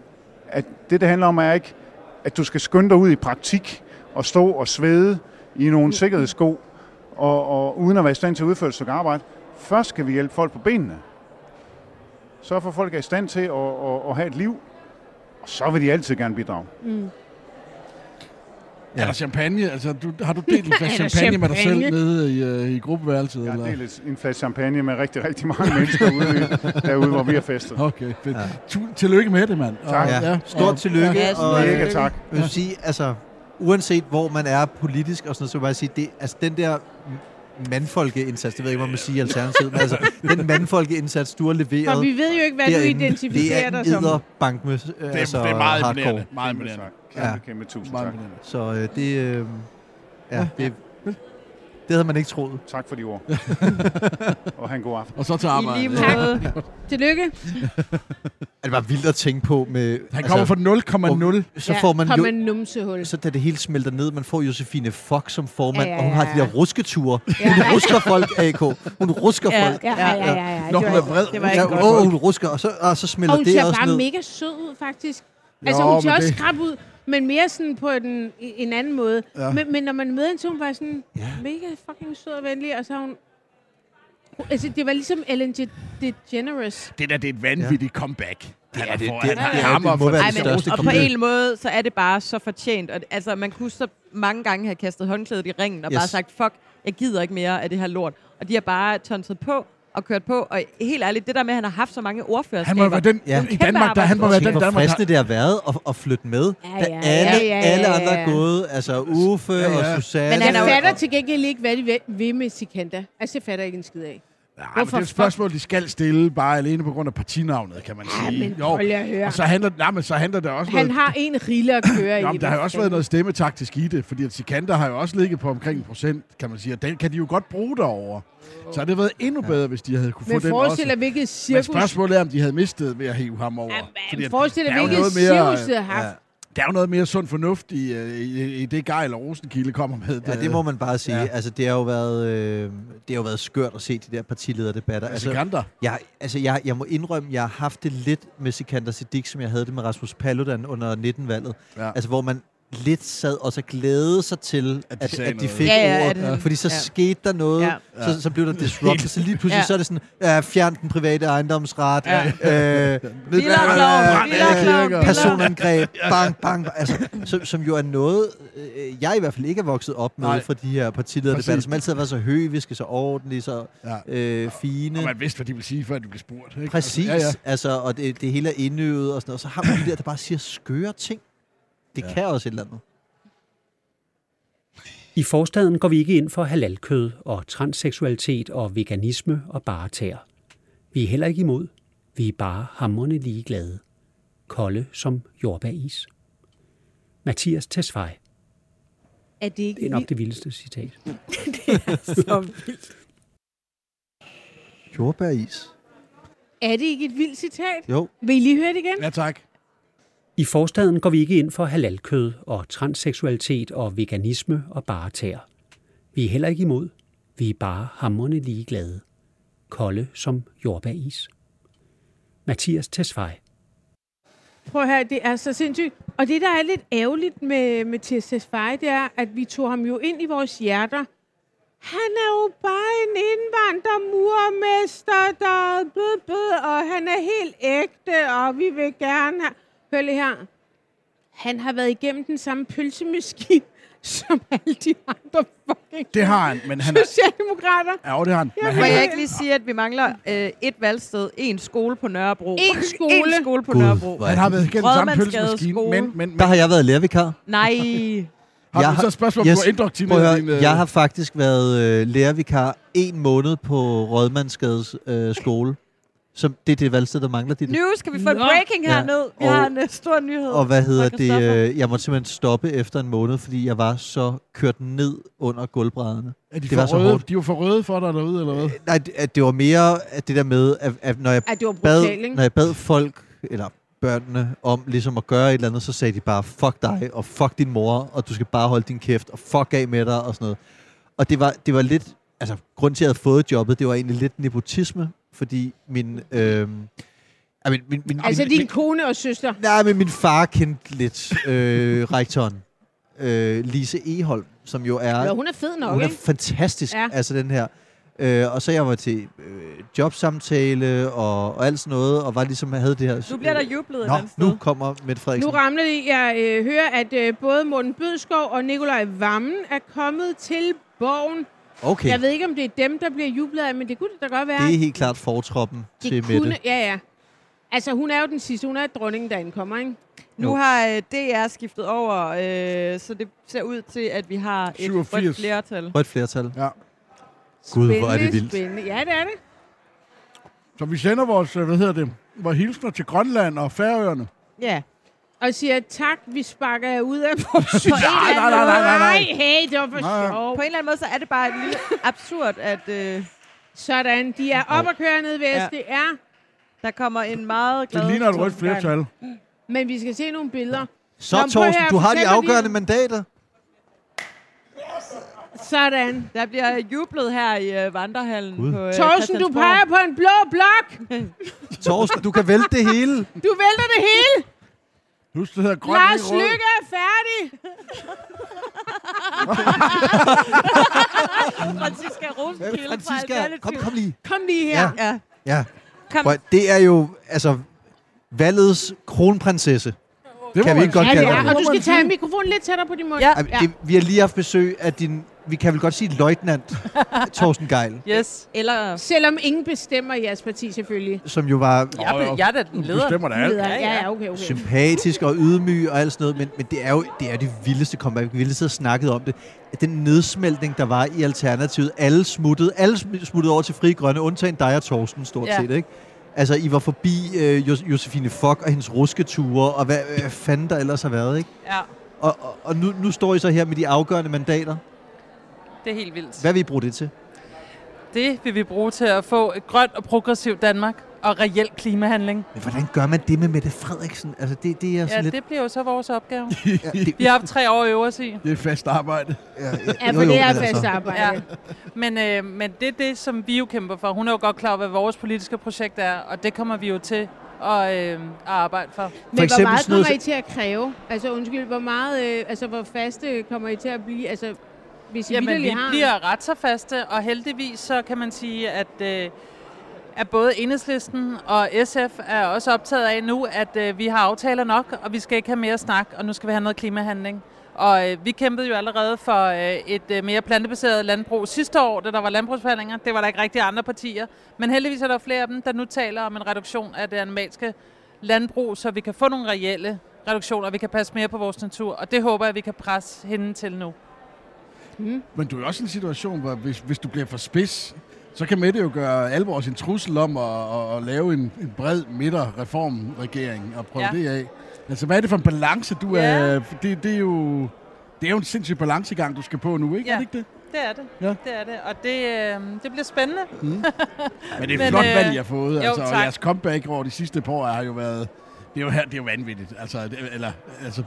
G: at det, det handler om, er ikke, at du skal skynde dig ud i praktik og stå og svede i nogle sikkerhedssko, og, og uden at være i stand til at udføre et stykke arbejde. Først skal vi hjælpe folk på benene. Så for at folk er i stand til at, at, at have et liv, og så vil de altid gerne bidrage.
D: Ja. Er der champagne? Altså, du, har du
C: [LAUGHS]
D: delt en flaske
C: Er der
D: champagne, champagne med dig selv
C: champagne?
D: nede i, øh, i gruppeværelset?
G: Jeg har
D: eller?
G: delt en flaske champagne med rigtig, rigtig mange mennesker ude, derude, hvor vi har festet.
D: Okay, fedt. Ja. Tillykke med det, mand.
G: Tak.
D: Og,
F: Ja. Stort
D: og-
F: tillykke.
E: Ja, sådan
F: og,
E: er det.
G: Mega tak.
F: Jeg vil sige, altså, uanset hvor man er politisk og sådan noget, så vil jeg sige, det, altså, den der m- mandfolkeindsats, det ved jeg ikke, hvad man må sige i alternativet, men altså, den mandfolkeindsats, du har leveret
C: For vi ved jo ikke, hvad du
F: derinde,
C: identificerer dig som.
F: Det er bank med, øh,
D: Det,
F: altså,
D: det er meget
F: hardcore.
D: imponerende. Meget
G: Kæmpe
D: imponerende.
G: tak. Kæmpe,
F: Ja.
G: kæmpe tusind
D: Meget
G: tak.
D: imponerende.
F: Så øh, det, øh, ja, det, det havde man ikke troet.
G: Tak for de ord. og han god aften.
D: Og så til
E: I lige
D: arbejde.
E: måde.
C: Tillykke.
F: Det var vildt at tænke på med... altså,
D: Han kommer fra 0,0.
F: så får man
C: kom
F: jo,
C: en numsehul.
F: så da det hele smelter ned, man får Josefine Fox som formand,
C: Ja,
F: ja,
C: ja,
F: ja, ja. og hun har de
C: ja.
F: der rusketure. [LAUGHS] Ja. Hun rusker folk, AK. Hun rusker
E: Ja,
F: folk.
C: Ja, ja, ja. ja, ja.
D: Når
C: Det
D: hun
C: var-
D: er vred.
E: det var
F: Ja,
E: ikke godt.
F: åh, hun rusker, og så, og så smelter
C: Og hun
F: det
C: ser
F: også
C: bare
F: ned.
C: mega sød ud, faktisk. Altså, hun ser
D: men
C: også
D: det-
C: skrab ud, men mere sådan på en, en anden måde. Ja. Men, men når man møder hende, så er hun var sådan ja. mega fucking sød og venlig, og så er hun... Altså, det var ligesom Ellen DeG- DeGeneres.
D: Det der, det er et vanvittigt comeback. Det er det. Det,
F: det er- det må være
E: Ej,
F: det
E: men,
F: største
E: og på
F: kompliment.
E: en eller anden måde, så er det bare så fortjent. Og, det- altså, man kunne så mange gange have kastet håndklædet i ringen og yes. bare
F: Yes.
E: sagt, fuck, jeg gider ikke mere af det her lort. Og de har bare tonset på og kørt på. Og helt ærligt, det der med, at han har haft så mange
D: Han må
E: ordførerskaber.
D: være den
F: Ja.
D: i Danmark, der, han må være
F: Tænk,
D: den
F: hvor
D: Danmark,
F: fristende det har været at, at flytte med.
C: Ja,
F: Ja,
C: ja,
F: ja, da alle,
C: ja, ja,
F: alle
C: ja,
F: andre
C: ja.
F: er gået, altså Uffe ja,
D: ja.
F: ja. og Susanne.
E: Men
C: Men jeg
E: han er jo-
C: fatter til gengæld ikke, hvad de vil- vil med Sikanda. Altså, jeg fatter ikke en skid af.
D: Ja, men det
C: Hvorfor
D: er et spørgsmål, de skal stille, bare alene på grund af partinavnet, kan man sige.
C: men hold jer høre.
D: og så handler, nej, men så handler der også
C: Han
D: noget...
C: har en rille at køre i.
D: Nå, men der har jo
C: hvad
D: også
C: fanden.
D: været noget stemmetaktisk i det, fordi at Sikander har jo også ligget på omkring en procent, kan man sige, og den kan de jo godt bruge derovre. Så har det været endnu bedre, hvis de havde kunne få
C: Men
D: den også.
C: forestil dig, hvilket
D: Men
C: cirkus...
D: spørgsmålet er, om de havde mistet ved at hive ham over.
C: Ja,
D: Fordi
C: men
D: at
C: forestil
D: der
C: dig,
D: er jo
C: hvilket
D: noget mere- øh,
C: cirkus det har haft.
D: Der er jo noget mere sund fornuft i, øh, i, i det Geil og Rosenkilde kommer med. øh,
F: Ja, det må man bare sige.
D: Ja.
F: Ja. Altså, det har jo været, øh, det har jo været skørt at se de der partilederdebatter.
D: Altså,
F: Altså,
D: Sikander.
F: jeg, altså jeg, jeg må indrømme, jeg har haft det lidt med Sikander Siddiq, som jeg havde det med Rasmus Paludan under 19-valget.
D: Ja.
F: Altså, hvor man lidt sad og så glædede sig til,
D: At de
F: at de, at,
D: sagde
F: at de
D: noget.
F: fik
E: Ja, ja,
F: ordet.
E: at han-
F: fordi så
E: ja.
F: ja. skete der noget,
E: Ja.
F: ja. så, så blev der disrupted. Så lige pludselig
E: Ja.
F: ja. så er det sådan, ja, fjern den private ejendomsret.
E: Ja.
D: [LAUGHS]
F: Ja. Øh, ned-
E: Villa Klovn,
D: Brænd
E: Villa
D: alle
E: Klovn,
D: kirker.
E: Villa-
F: personangreb, bang, bang, bang altså, som, som jo er noget, øh, jeg i hvert fald ikke er vokset op med
D: Nej.
F: Nej. fra de her partilederdebatter,
D: Præcis.
F: som altid har været så høviske, så ordentlige, så
D: Ja.
F: øh, fine.
D: Og man vidste, hvad de ville sige, før de blev spurgt. Ikke?
F: Præcis,
D: Altså, ja, ja.
F: altså, og det, det hele er indøvet og sådan noget. Så har man de der, der bare siger skøre ting. Det ja. kan også et eller andet.
H: I forstaden går vi ikke ind for halalkød og transseksualitet og veganisme og bare tær. Vi er heller ikke imod. Vi er bare hammerne ligeglade. Kolde som jordbæris. Mathias Tesfaye.
C: Er det ikke
H: Det er nok det vildeste citat.
F: Jordbæris.
C: Er det ikke et vildt citat?
F: Jo.
C: Vil I lige høre det igen?
D: ja, tak.
H: I forstaden går vi ikke ind for halalkød og transseksualitet og veganisme og bare tær. Vi er heller ikke imod. Vi er bare hammerne ligeglade. Kolde som jordbæris. Mathias Tesfaye.
C: Prøv her, det er så sindssygt. Og det, der er lidt ærgerligt med, med Mathias Feje, det er, at vi tog ham jo ind i vores hjerter. Han er jo bare en indvandrermurmester, der bød, bød, og han er helt ægte, og vi vil gerne have... Hør lige her. Han har været igennem den samme pølsemaskine [LAUGHS] som alle de andre fucking
D: Det har han, men han er...
C: socialdemokrater.
D: Ja, jo, det har han. Men
E: Må
D: han
E: jeg
D: er,
E: ikke lige sige, at vi mangler øh, et valgsted, en skole på Nørrebro.
C: En skole.
E: en skole på Nørrebro.
F: hvor er
D: han har været igennem samme
E: Rådmandsgade
D: pølsemaskine,
E: skole.
D: men, men, men
F: Der har jeg været lærervikar.
D: har
E: Nej.
F: jeg
D: du
F: har-
D: så et spørgsmål, yes,
F: Yes.
D: du har indoktimeret
F: Prøv at høre,
D: din, øh,
F: jeg har faktisk været øh, lærervikar en måned på Rådmandsgades øh, skole. Som, det er det valgsted, der mangler dit.
E: Nu skal vi få en
C: Nå.
E: breaking
F: Ja.
E: herned. Vi
F: Og-
E: har en øh, stor nyhed.
F: Og hvad hedder
E: fra Christoffer.
F: det? Øh, jeg måtte simpelthen stoppe efter en måned, fordi jeg var så kørt ned under gulvbrædderne.
D: er de
F: det
D: for
F: var så
D: røde,
F: hårdt.
D: De var for røde for dig derude, eller hvad?
F: Nej, det, at det var mere at det der med, at, at når jeg
C: Ej, det var brutalt,
F: bad,
C: ikke?
F: når jeg bad folk, eller børnene, om ligesom at gøre et eller andet, så sagde de bare, fuck dig, og fuck din mor, og du skal bare holde din kæft, og fuck af med dig, og sådan noget. Og det var, det var lidt, altså, grund til, at jeg havde fået jobbet, det var egentlig lidt nepotisme, fordi min, øh, min, min, min,
C: Altså
F: min,
C: din
F: min,
C: kone og søster.
F: nej, men min far kendte lidt øh, [LAUGHS] rektoren, øh, Lise Eholm, som jo er
C: Ja, hun er fed nok,
F: hun er
C: ikke?
F: fantastisk,
C: Ja.
F: ja. altså den her. Øh, og så jeg var til øh, jobsamtale og, og alt sådan noget, og var ligesom, havde det her...
E: Nu bliver der jublet et
F: Nå,
E: andet sted.
F: nu kommer Mette
C: Nu
F: Frederiksen.
C: ramler det. Jeg øh, hører, at øh, både Morten Bødskov og Nikolaj Vammen er kommet til borgen.
F: Okay,
C: Jeg ved ikke, om det er dem, der bliver jublet af, men det kunne det da godt være.
F: det er helt klart fortroppen
C: Det
F: til Mette.
C: Ja, ja. Altså, hun er jo den sidste. Hun er dronningen, der ankommer, ikke?
E: Nu har øh, DR skiftet over, øh, så det ser ud til, at vi har et
D: 87.
E: rødt flertal.
F: Rødt flertal.
C: Spændende,
F: Gud, hvor er det vildt.
C: Spændende. Ja, det er det.
D: Så vi sender vores, øh, hvad hedder det, vores hilsner til Grønland og Færøerne.
E: Ja.
C: Og siger, tak, vi sparker jer
F: [LAUGHS]
C: ud af vores
D: Nej, nej, nej, nej, nej, nej.
C: hey, det var for
D: Nej.
E: På
C: sjovt.
E: en eller anden måde, så er det bare et lille absurd, at øh,
C: Sådan, de er op og køre ned ved
E: Ja.
C: SDR.
E: der kommer en meget glad...
D: Det ligner et rødt
E: Torben Gang.
D: flertal.
C: Men vi skal se nogle billeder.
F: Så,
C: Nå, men prøv at
F: Thorsten,
C: høre,
F: du har de
C: fortæl mig
F: afgørende
C: lige-
F: mandater. Øh,
C: Sådan.
E: Der bliver jublet her i øh, vandrehallen
F: Gud.
E: på øh,
C: Thorsten, du
E: Christiansborg.
C: peger på en blå blok.
F: Thorsten, du kan vælte det hele.
C: Du vælter [LAUGHS] det
F: [LAUGHS]
C: hele.
D: Husk, det hedder Grønland
C: Lars Lykke er færdig.
E: Franziska Rosenkilde fra
F: Franziska,
E: Alternativet.
F: kom, kom lige.
C: Kom lige her.
F: Ja.
C: Ja.
E: Ja.
F: Ja.
E: Kom.
F: Prøv, at- det er jo, altså, valgets kronprinsesse.
D: Det
F: Kan
D: må
F: vi
D: man
F: ikke godt
D: sige.
C: det
F: kalde
C: er.
F: det.
C: Og du skal tage mikrofonen lidt tættere på din mund.
E: Ja.
F: Ej, men Det, vi har lige haft besøg af din vi kan vel godt sige løjtnant Thorsten Geil,
E: Yes.
B: Eller
C: Selvom ingen bestemmer i jeres parti selvfølgelig.
F: som jo var
E: Jeg, er- jeg er da den
D: Du
E: leder.
D: bestemmer da alt.
C: Ja, ja, ja, okay, okay.
F: sympatisk og ydmyg og alt sådan noget, men, men det er jo det, er jo det vildeste comeback. Vi ville sidde og snakket om det. At Den nedsmeltning, der var i Alternativet, alle smuttede, alle sm- smuttede over til Fri Grønne, undtagen dig og Thorsten stort
E: Ja.
F: set, ikke? Altså, I var forbi øh, jo- Josefine Fock og hendes rusketure, og hvad øh, fanden der ellers har været, ikke?
E: Ja,
F: Og, og, og nu, nu står I så her med de afgørende mandater.
E: det er helt vildt.
F: Hvad vil I bruge det til?
E: Det vil vi bruge til at få et grønt og progressivt Danmark og reel klimahandling.
F: Men hvordan gør man det med Mette Frederiksen? Altså, det, det er
E: Ja,
F: sådan lidt...
E: det bliver jo så vores opgave.
F: [LAUGHS] Ja, det,
E: Vi har haft tre år i øvrigt i.
D: Det er fast arbejde.
F: ja,
C: Ja, for det er
F: men
C: fast
F: altså,
C: arbejde.
E: Ja. Men, øh, men det er det, som vi jo kæmper for. Hun er jo godt klar over, hvad vores politiske projekt er, og det kommer vi jo til at, øh, at arbejde for.
C: Men hvor
F: eksempel
C: meget
F: sådan noget
C: kommer I til at kræve? Altså undskyld, hvor meget, øh, altså hvor faste kommer I til at blive? Altså, hvis I
E: Jamen, vi
C: vitterlig har...
E: bliver ret så faste, og heldigvis så kan man sige, at, øh, at både Enhedslisten og SF er også optaget af nu, at øh, vi har aftaler nok, og vi skal ikke have mere snak, og nu skal vi have noget klimahandling. Og øh, vi kæmpede jo allerede for øh, et øh, mere plantebaseret landbrug sidste år, da der var landbrugsforhandlinger. Det var der ikke rigtig andre partier. Men heldigvis er der flere af dem, der nu taler om en reduktion af det animalske landbrug, så vi kan få nogle reelle reduktioner, og vi kan passe mere på vores natur. Og det håber jeg, vi kan presse hende til nu.
D: Men du er også i en situation, hvor hvis, hvis du bliver for spids, så kan Mette jo gøre alvor af sin trussel om at, at, at lave en, en bred midterreformregering og prøve
E: Ja.
D: ja. det af. Altså, hvad er det for en balance, du
E: Ja.
D: ja. er... Det, det er jo... Det er jo en sindssyg balancegang, du skal på nu, ikke? Ja.
E: Ja.
D: Er det ikke det?
E: Det er det.
D: Ja.
E: Det er det, og det, øh, det bliver spændende.
D: Men det er
E: Men,
D: et flot
E: øh,
D: valg, I har fået.
E: jo,
D: altså, og
E: tak.
D: jeres comeback over de sidste par år har jo været... Det er jo, her, det er jo vanvittigt. Altså, det, eller, altså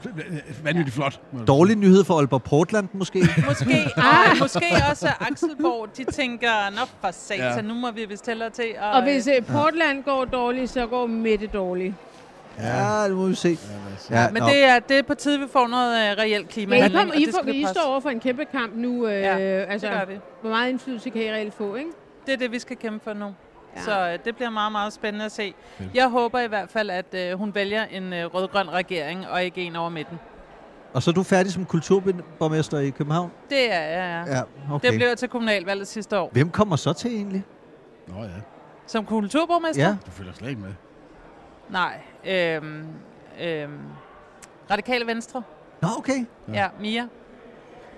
D: vanvittigt ja. flot. må jeg
F: Dårlig nyhed for Aalborg Portland, måske?
E: Måske, og, måske også Akselborg, de tænker, nå for satan, ja.
D: Ja.
E: nu må vi bestille til. Og,
C: Og hvis øh, Portland går dårligt, så går Mette dårligt.
F: Ja, det må vi se. Ja,
E: øh, men
F: nå.
E: det er, det er på tide, vi får noget øh, reelt
C: Men I,
E: klimahandling.
C: kom,
E: og
C: I,
E: det
C: får,
E: skal vi
C: I
E: presse.
C: står over for en kæmpe kamp nu. Øh,
E: Ja,
C: altså,
E: Det gør vi.
C: Hvor meget indflydelse kan I reelt få, ikke?
E: Det er det, vi skal kæmpe for nu. Ja.
C: Ja.
E: Så øh, det bliver meget, meget spændende at se. Jeg håber i hvert fald, at øh, hun vælger en øh, rød-grøn regering, og ikke en over midten.
F: Og så er du færdig som kulturborgmester i København?
E: Det er jeg, ja.
F: okay.
E: Det blev jeg til kommunalvalget sidste år.
F: Hvem kommer så til egentlig?
D: sige. Nå ja,
E: Som kulturborgmester?
F: Ja.
D: du følger slet ikke med.
E: Nej. Øhm, øhm, Radikale Venstre?
F: Nå, okay.
E: Ja, ja Mia.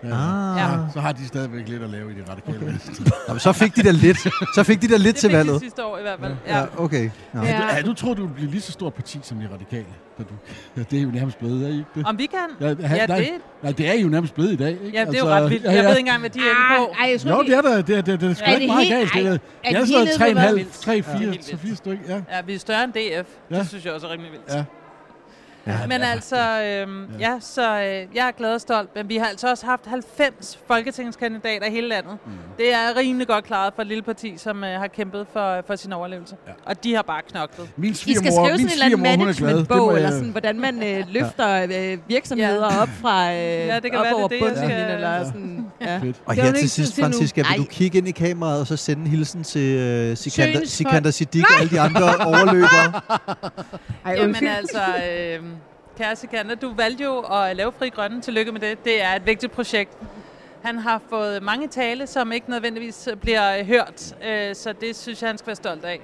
D: Ja.
F: Ah.
E: Ja.
D: Så har de stadigvæk lidt at lave i de radikale venstre.
F: Nå, men så fik de da lidt. Så fik de da lidt
E: Det
F: til
E: fik
F: valget.
E: de sidste år i hvert fald. Ja.
F: Ja, okay. Nå.
C: Ja.
D: Ja. Du, du tror, du ville blive lige så stort parti som de radikale? Da du, [LAUGHS] ja, det er jo nærmest blevet, er I ikke det?
E: Om vi kan?
D: Ja, ha-
E: Ja,
D: nej,
E: det,
D: nej, det er I jo nærmest blevet i dag, ikke? Altså,
E: ja, det er jo ret vildt. Jeg ved ikke engang, hvad de er inde på.
C: ej, jeg tror,
D: Jo,
C: vi-
D: det er der. Det er, det er, det er sgu
C: Er
D: ikke
C: det
D: meget
C: helt-
D: galt. Det er,
C: ej,
D: det
C: er
D: er
C: det
D: sådan
C: helt
D: noget
C: ude, hvor-
D: 3,5, 3,
E: Ja.
D: 4,
E: Helt
D: så
E: vildt.
D: 4 stykker. Ja.
E: Ja, vi er større end DF.
D: Ja.
E: Det synes jeg også er rimelig vildt.
D: Ja.
E: Ja. Men altså, øhm, ja, så øh, jeg er glad og stolt. Men vi har altså også haft 90 folketingskandidater i hele landet. Mm. Det er rimelig godt klaret for et lille parti, som øh, har kæmpet for, for sin overlevelse. Ja. Og de har bare knoklet.
D: Min
B: I skal
D: svigermor,
B: skrive
D: min
B: sådan en eller anden
D: svigermor, hun er glad. Det må
B: managementbog, eller
D: jeg,
B: sådan, hvordan man øh, løfter øh, virksomheder op fra øh, ja,
E: det
B: det
E: kan
B: kan op
E: være, det er
B: over
E: det, jeg
B: bundlinjen,
E: skal-
B: eller sådan. Ja.
F: Og
C: Det var
F: her
C: det
F: til
C: ikke tid
F: sidst,
C: til nu.
F: Francisca, vil du
B: Nej.
F: kigge ind i kameraet og så sende en hilsen til uh, Sikander,
C: Søens
F: Sikander Siddiq og alle de andre overløbere?
C: Ej,
E: Jamen
C: undskyld.
E: altså, øh, kære Sikander, du valgte jo at lave Fri Grønne. Tillykke med det. Det er et vigtigt projekt. Han har fået mange tale, som ikke nødvendigvis bliver øh, hørt, øh, så det synes jeg, han skal være stolt af.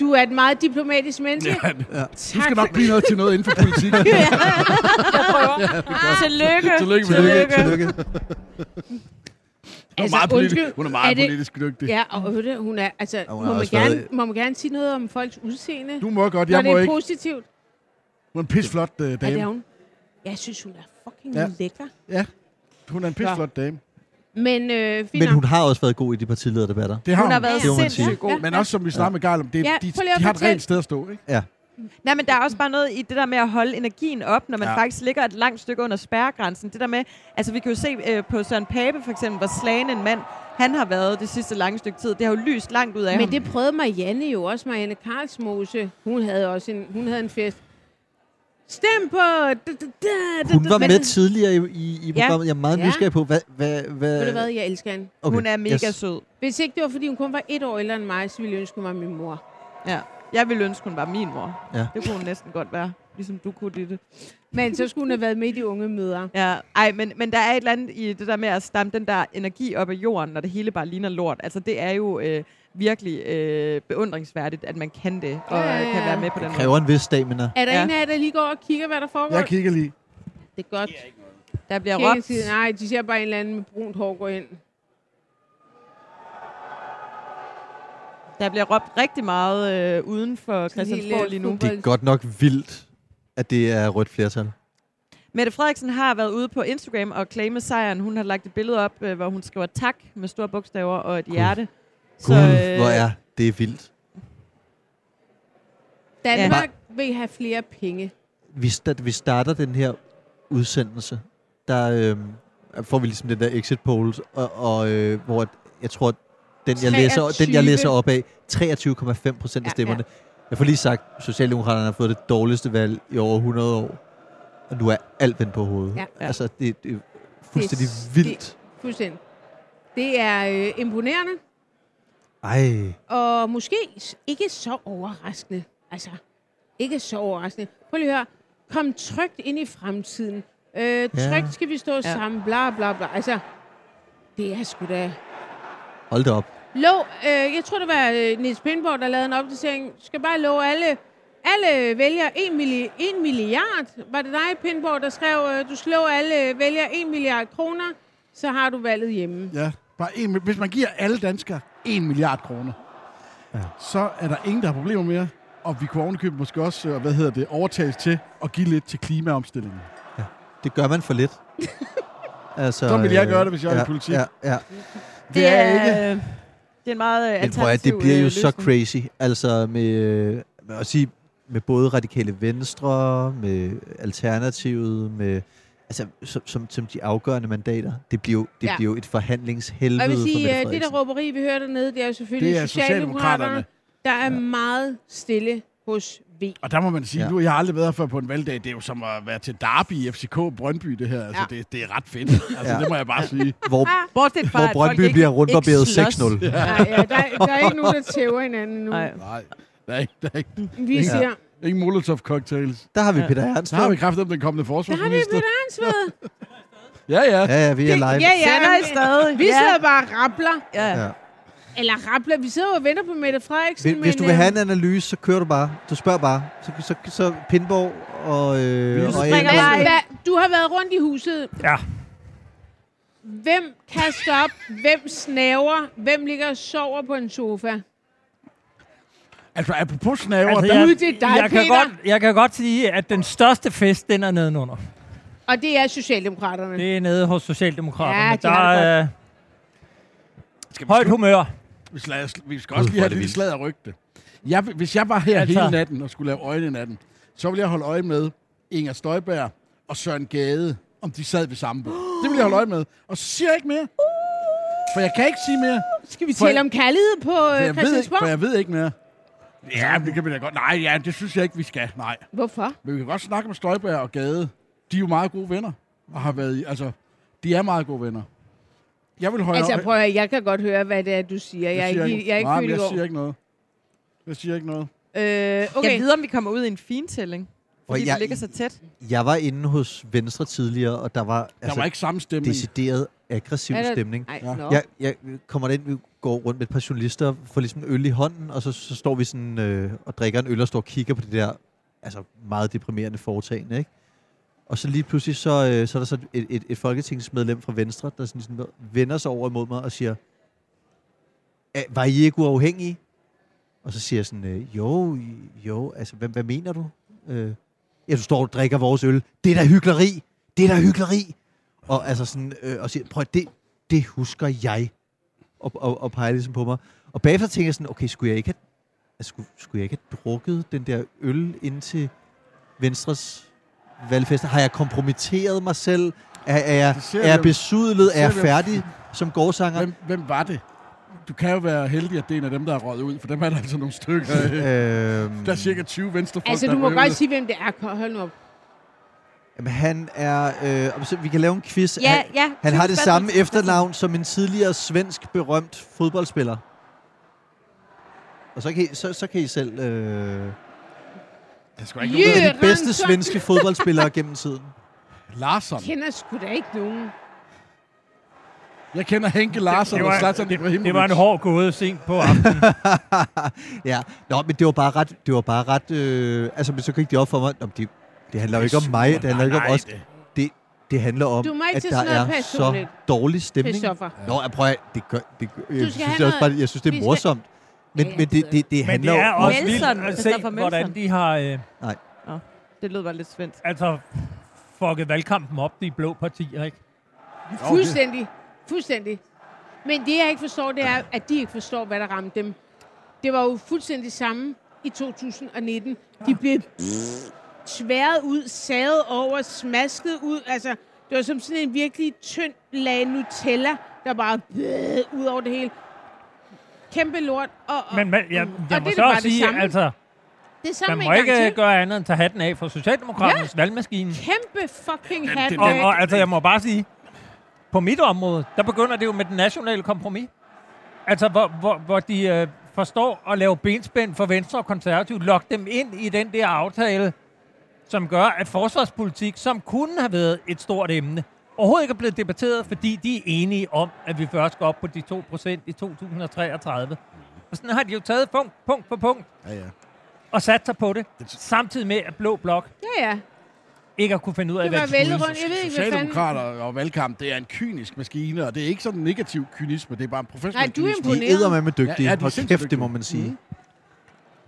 C: Du er et meget diplomatisk menneske. Ja.
D: du skal nok blive noget til noget inden for politik.
E: Tillykke!
D: Tillykke med det.
F: Tillykke. Tillykke.
D: Hun er
C: altså,
D: meget politisk, hun er meget politisk dygtig.
C: Ja, og ved du, hun er, altså,
F: hun
C: hun
F: har
C: må, man
F: også været-
C: gerne, må man gerne sige noget om folks udseende?
D: Du må godt,
C: når
D: jeg
C: det
D: må
C: er
D: ikke.
C: positivt.
D: Hun er en pisflot øh,
C: Ja, det er
D: dame.
C: hun. Jeg synes, hun er fucking
D: Ja.
C: ja. lækker.
D: Hun er en pisflot dame.
C: Men øh, fint
F: Men
C: nok.
F: hun har også været god i de partilederdebatter.
D: Det har
B: Hun har
D: hun.
B: været
F: Det må man sige.
B: sindssygt god.
D: Men også som vi snakker med Garl om, det,
C: Ja,
D: er- de,
C: prøv lige at
D: de har et
C: fortælle.
D: rent sted at stå, ikke?
B: Nej, men der er også bare noget i det der med at holde energien op, når man
D: Ja.
B: ja. faktisk ligger et langt stykke under spærregrænsen. Det der med, altså vi kan jo se øh, på Søren Pape for eksempel, hvor slagen en mand han har været det sidste lange stykke tid. Det har jo lyst langt ud af
C: Men
B: ham.
C: det prøvede Marianne jo også. Marianne Karlsmose, hun havde også en, hun havde en fest. Stem på! Da, da, da,
F: Hun var
C: Men-
F: med tidligere i, i, i
B: Ja.
F: programmet. Jeg er meget
C: Ja.
F: nysgerrig på, hvad... hvad, hvad,
C: Ved du hvad, jeg elsker hende.
F: Okay.
B: Hun er mega
F: Yes.
B: sød.
C: Hvis ikke det var, fordi hun kun var et år ældre end mig, så ville jeg ønske, hun var min mor.
B: Ja. Jeg ville ønske, hun var min mor.
F: Ja.
B: Det kunne hun næsten godt være.
E: ligesom du kunne det.
C: Men så skulle hun have været med i de unge møder.
E: Ja, ej, men, men der er et eller andet i det der med at stamme den der energi op af jorden, når det hele bare ligner lort. Altså, det er jo øh, virkelig øh, beundringsværdigt, at man kan det, og
C: Ja, ja,
E: ja, kan
C: ja.
E: være med på den måde.
F: Kræver en vis stamina.
C: Er der ja.
E: Ja.
C: en af jer, der lige går og kigger, hvad der foregår?
D: Jeg kigger lige.
C: Det er godt.
E: Der bliver
C: Jeg kan ikke sige,
E: råbt.
C: nej, de ser bare en eller anden med brunt hår gå ind.
E: Der bliver råbt rigtig meget øh, uden for
C: Sådan helt,
E: Christiansborg
C: øh,
E: lige nu.
F: Det er godt nok vildt, at det er rødt flertal.
C: Øh,
E: Mette Frederiksen har været ude på Instagram og claimet sejren. Hun har lagt et billede op, øh, hvor hun skriver tak med store bogstaver og et hjerte.
F: Gud, hvor er det vildt.
C: Danmark ja. vil have flere penge.
F: vi, sta- vi starter den her udsendelse, der øh, får vi ligesom den der exit polls, og, og øh, hvor at- jeg tror, at den jeg, læser, den,
C: 23.
F: jeg læser op af, 23,5 procent
C: Ja,
F: af stemmerne. Jeg får lige sagt, at Socialdemokraterne har fået det dårligste valg i over 100 år, og nu er alt vendt på hovedet.
C: Ja.
E: Ja.
F: Altså, det, det er fuldstændig
C: Det- det-
F: vildt.
C: Fuldstændig. Det er øh, imponerende,
F: Ej,
C: og måske s- ikke så overraskende. Altså, ikke så overraskende. Prøv lige at høre. Kom trygt ind i fremtiden. Øh,
F: Ja.
C: trygt skal vi stå ja. sammen, bla bla bla. Altså, det er sgu da...
F: hold da op.
C: Lov, øh, jeg tror, det var øh, Niels Pindborg, der lavede en opdatering. Skal bare love alle, alle vælgere 1, milli, 1 milliard. Var det dig, Pindborg, der skrev, øh, du slår alle vælgere 1 milliard kroner, så har du valget hjemme.
D: Ja, bare en, hvis man giver alle danskere 1 milliard kroner, ja.
F: Ja.
D: så er der ingen, der har problemer mere. Og vi kunne ovenikøbet måske også, øh, hvad hedder det, overtages til at give lidt til klimaomstillingen.
F: Det gør man for
C: [LAUGHS]
F: lidt. altså,
D: Sådan ville jeg
F: øh,
D: gøre det, hvis jeg var i
F: ja,
D: politik.
F: Ja, ja.
D: Det, det er, er ikke...
E: øh, det er en meget øh,
F: Men prøv at
E: alternativ
F: det bliver jo
E: øh,
F: så
E: løsning.
F: crazy. Altså med, øh, med at sige, med både radikale venstre, med alternativet, med altså, som, som, som de afgørende mandater. Det bliver jo, det
C: Ja.
F: ja. bliver jo et forhandlingshelvede
C: Og jeg vil
F: for Mette
C: sige, øh, det
F: Frederiksen.
C: der råberi, vi hører dernede, det er jo selvfølgelig
D: Det er Socialdemokraterne.
C: Der er ja. meget stille hos V.
D: Og der må man sige, ja.
F: Ja.
D: nu jeg har aldrig været her før på en valgdag. Det er jo som at være til Derby i FCK Brøndby, det her. Altså,
C: Ja.
D: ja. det, det er ret fedt. Altså, ja.
F: Ja.
D: det må jeg bare sige.
F: hvor,
C: Ah,
E: Bortset fra,
F: hvor
E: at folk
F: Brøndby
E: ikke-
F: bliver
E: ikke
F: rundbarberet
E: slås.
F: 6-0. Ja.
C: Nej, ja, der, er- der er ikke nogen, der tæver hinanden nu.
E: Nej.
D: Nej, der er ikke, der er ikke,
C: Vi siger, ja.
D: ingen Molotov cocktails.
F: Der har vi
E: Ja.
F: Peter
D: Så
F: Ernst.
D: har vi
F: med.
D: kraft om den kommende
C: der har vi
D: forsvarsminister.
C: Peter Ansved.
D: Ja, ja.
F: Ja, ja, vi er live.
C: Ja,
E: Sender
C: ja,
E: I stadig?
C: vi
E: Ja.
C: sidder bare og rabler.
E: Ja.
F: Ja.
C: Eller rabler. Vi sidder jo og venter på Mette Frederiksen.
F: Hvis, hvis du
C: men,
F: vil
C: øh,
F: have en analyse, så kører du bare. Du spørger bare. Så, så, så Pindborg og... Øh, og
D: springer
F: Elgaard.
C: hvad, hvad, du har været rundt i huset.
D: Ja.
C: Hvem kaster op? Hvem snaver? Hvem ligger og sover på en sofa?
D: Altså, apropos snaver, altså,
I: Altså,
D: der,
I: jeg-
C: Ud til dig,
I: jeg, kan
C: Peter.
I: godt, jeg kan godt sige, at den største fest, den er nedenunder.
C: Og det er Socialdemokraterne.
I: Det er nede hos Socialdemokraterne.
C: Ja, de har det
I: der er
D: skal
I: øh,
D: vi,
I: højt
D: slu-
I: humør.
D: vi, slager, vi skal også
F: Gud,
D: lige
F: hvor er
D: have det
F: det
D: lille
F: vildt.
D: slag af rygte. Jeg, vil- hvis jeg var her
I: Altså.
D: hele natten og skulle lave øjne i natten, så ville jeg holde øje med Inger Støjberg og Søren Gade, om de sad ved samme bord. Det ville jeg holde øje med. Og så siger jeg ikke mere. For jeg kan ikke sige mere.
C: Skal vi
D: For-
C: tale om kærlighed på
D: For
C: øh,
D: jeg, ved ikke, for
C: Christiansborg?
D: jeg ved ikke mere. Ja, men det kan vi da godt. Nej, ja, det synes jeg ikke, vi skal. Nej.
C: Hvorfor?
D: Men vi kan godt snakke med Støjberg og Gade. De er jo meget gode venner. Og har været, i- altså, de er meget gode venner. Jeg vil holde
C: Altså
D: øje-
C: prøv at høre, jeg kan godt høre, hvad det er, du siger. Jeg, er
D: siger
C: ikke, jeg er ikke
D: Nej, men
C: født i
D: jeg
C: går.
D: siger ikke noget. Jeg siger ikke noget.
C: Øh,
E: Okay.
C: okay.
E: Jeg ved, om vi kommer ud i en fintælling. Fordi
F: jeg-
E: det ligger så tæt.
F: Jeg var inde hos Venstre tidligere, og der var, altså,
D: Der var ikke samme stemning.
F: decideret aggressiv
C: Er der-
F: stemning.
C: Ej,
D: Ja.
C: nå.
F: Jeg, jeg kommer ind, vi går rundt med et par journalister, får ligesom en øl i hånden, og så, så står vi sådan øh, og drikker en øl og står og kigger på det der altså meget deprimerende foretagende, ikke? Og så lige pludselig, så, øh, så er der så et, et, et folketingsmedlem fra Venstre, der sådan, sådan vender sig over imod mig og siger, "Er- var I ikke uafhængige? Og så siger jeg sådan, øh, jo, jo, altså, hvad, hvad mener du? Øh, ja, du står og drikker vores øl. Det er da hyggeleri! Det er da hyggeleri! Og altså sådan, øh, og siger, prøv at- det, det husker jeg. Og, og, og peger ligesom på mig. Og bagefter tænker jeg sådan, okay, skulle jeg ikke have, altså, skulle, skulle jeg ikke have drukket den der øl ind til Venstres valgfest? Har jeg kompromitteret mig selv? Er, er, jeg,
D: Det ser
F: er jeg
D: vi jo.
F: besudlet?
D: Det
F: Er jeg
D: ser vi jo.
F: færdig som gårdsanger?
D: Hvem, hvem var det? Du kan jo være heldig, at det er en af dem, der er røget ud, for dem er der altså nogle stykker af.
F: Øhm,
D: Der er cirka 20 venstrefolk,
C: Altså,
D: der
C: du må
D: røget
C: godt
D: ud.
C: sige, hvem det er. Kom, Hold nu op.
F: Jamen, han er... Øh, om så- vi kan lave en quiz.
E: Ja,
F: han,
E: ja.
F: han har det
E: Spørgsmål.
F: samme efternavn som en tidligere svensk berømt fodboldspiller. Og så kan I, så, så kan I selv... Øh,
D: Det skal ikke
C: Jø!
D: yeah.
F: En af de bedste
C: Ransom. [LAUGHS]
F: svenske fodboldspillere gennem tiden.
D: Larsson.
C: kender sgu da ikke nogen.
D: Jeg kender Henke Larsson
I: Det
D: og
I: var-
D: Zlatan Ibrahimovic.
I: Det var en hård gåde sent på aftenen.
F: Ja, Nå, men det var bare ret... Det var bare ret øh, altså, men så gik det op for mig... Nå, men det, det handler jo ikke om mig, det handler ikke om os. Det, det handler om,
C: Du må ikke
F: at
C: til
F: der
C: sådan noget
F: er så
C: personligt,
F: dårlig stemning.
C: Christoffer.
F: Nå, jeg prøver... Det gør, det gør, jeg, synes,
C: have
F: jeg, også
C: noget-
F: bare, jeg synes, det
C: vi
F: er
C: skal-
F: morsomt. Men,
C: Ja, jeg
F: men det,
C: ved
F: det, det
I: Men
F: handler
I: det er
F: om...
I: også
E: Melson,
I: vildt at se,
E: Christoffer Melson.
I: hvordan de har øh,
E: Det lød bare lidt svensk.
I: altså, fucket valgkampen op, de blå partier, ikke?
C: Fuldstændig. Fuldstændig. Men det, jeg ikke forstår, det er, at de ikke forstår, hvad der ramte dem. Det var jo fuldstændig samme i 2019. De blev sværet ud, savet over, smasket ud. Altså, det var som sådan en virkelig tynd lag Nutella, der bare ud over det hele. Kæmpe lort. Og, og,
I: Men man, jeg,
C: og
I: jeg
C: det
I: må
C: er
I: så
C: da bare
I: også
C: det
I: sige,
C: samme.
I: altså,
C: det er
I: man
C: samme
I: må
C: en gang
I: ikke øh,
C: til.
I: gøre andet end tage hatten af for Socialdemokraternes valgmaskine.
C: Kæmpe fucking
D: Jamen,
C: hat.
D: det-
I: Og,
D: det-
I: og altså, jeg må bare sige, på mit område, der begynder det jo med den nationale kompromis. Altså, hvor, hvor, hvor de øh, forstår at lave benspænd for Venstre og Konservative, lok dem ind i den der aftale, som gør, at forsvarspolitik, som kunne have været et stort emne, overhovedet ikke er blevet debatteret, fordi de er enige om, at vi først skal op på de 2% i 2033. Og sådan har de jo taget punkt, punkt for punkt
D: Ja, ja.
I: og sat sig på det, samtidig med, at Blå Blok
C: Ja, ja.
I: ikke har kunne finde ud af,
C: Det
I: hvad
C: var
I: de skulle.
C: vældig rundt. Jeg ved ikke, hvad fanden...
D: Socialdemokrater og valgkamp, det er en kynisk maskine, og det er ikke sådan en negativ kynisme, det er bare en professionel
C: Nej, du er
D: kynisme.
F: De
C: imponeret.
F: er med dygtige.
D: Ja,
F: Ja,
D: ja,
F: ja,
D: de er
F: Hold
D: sindssygt
F: kæft, det må
D: dygtige. Mhm.
F: man sige.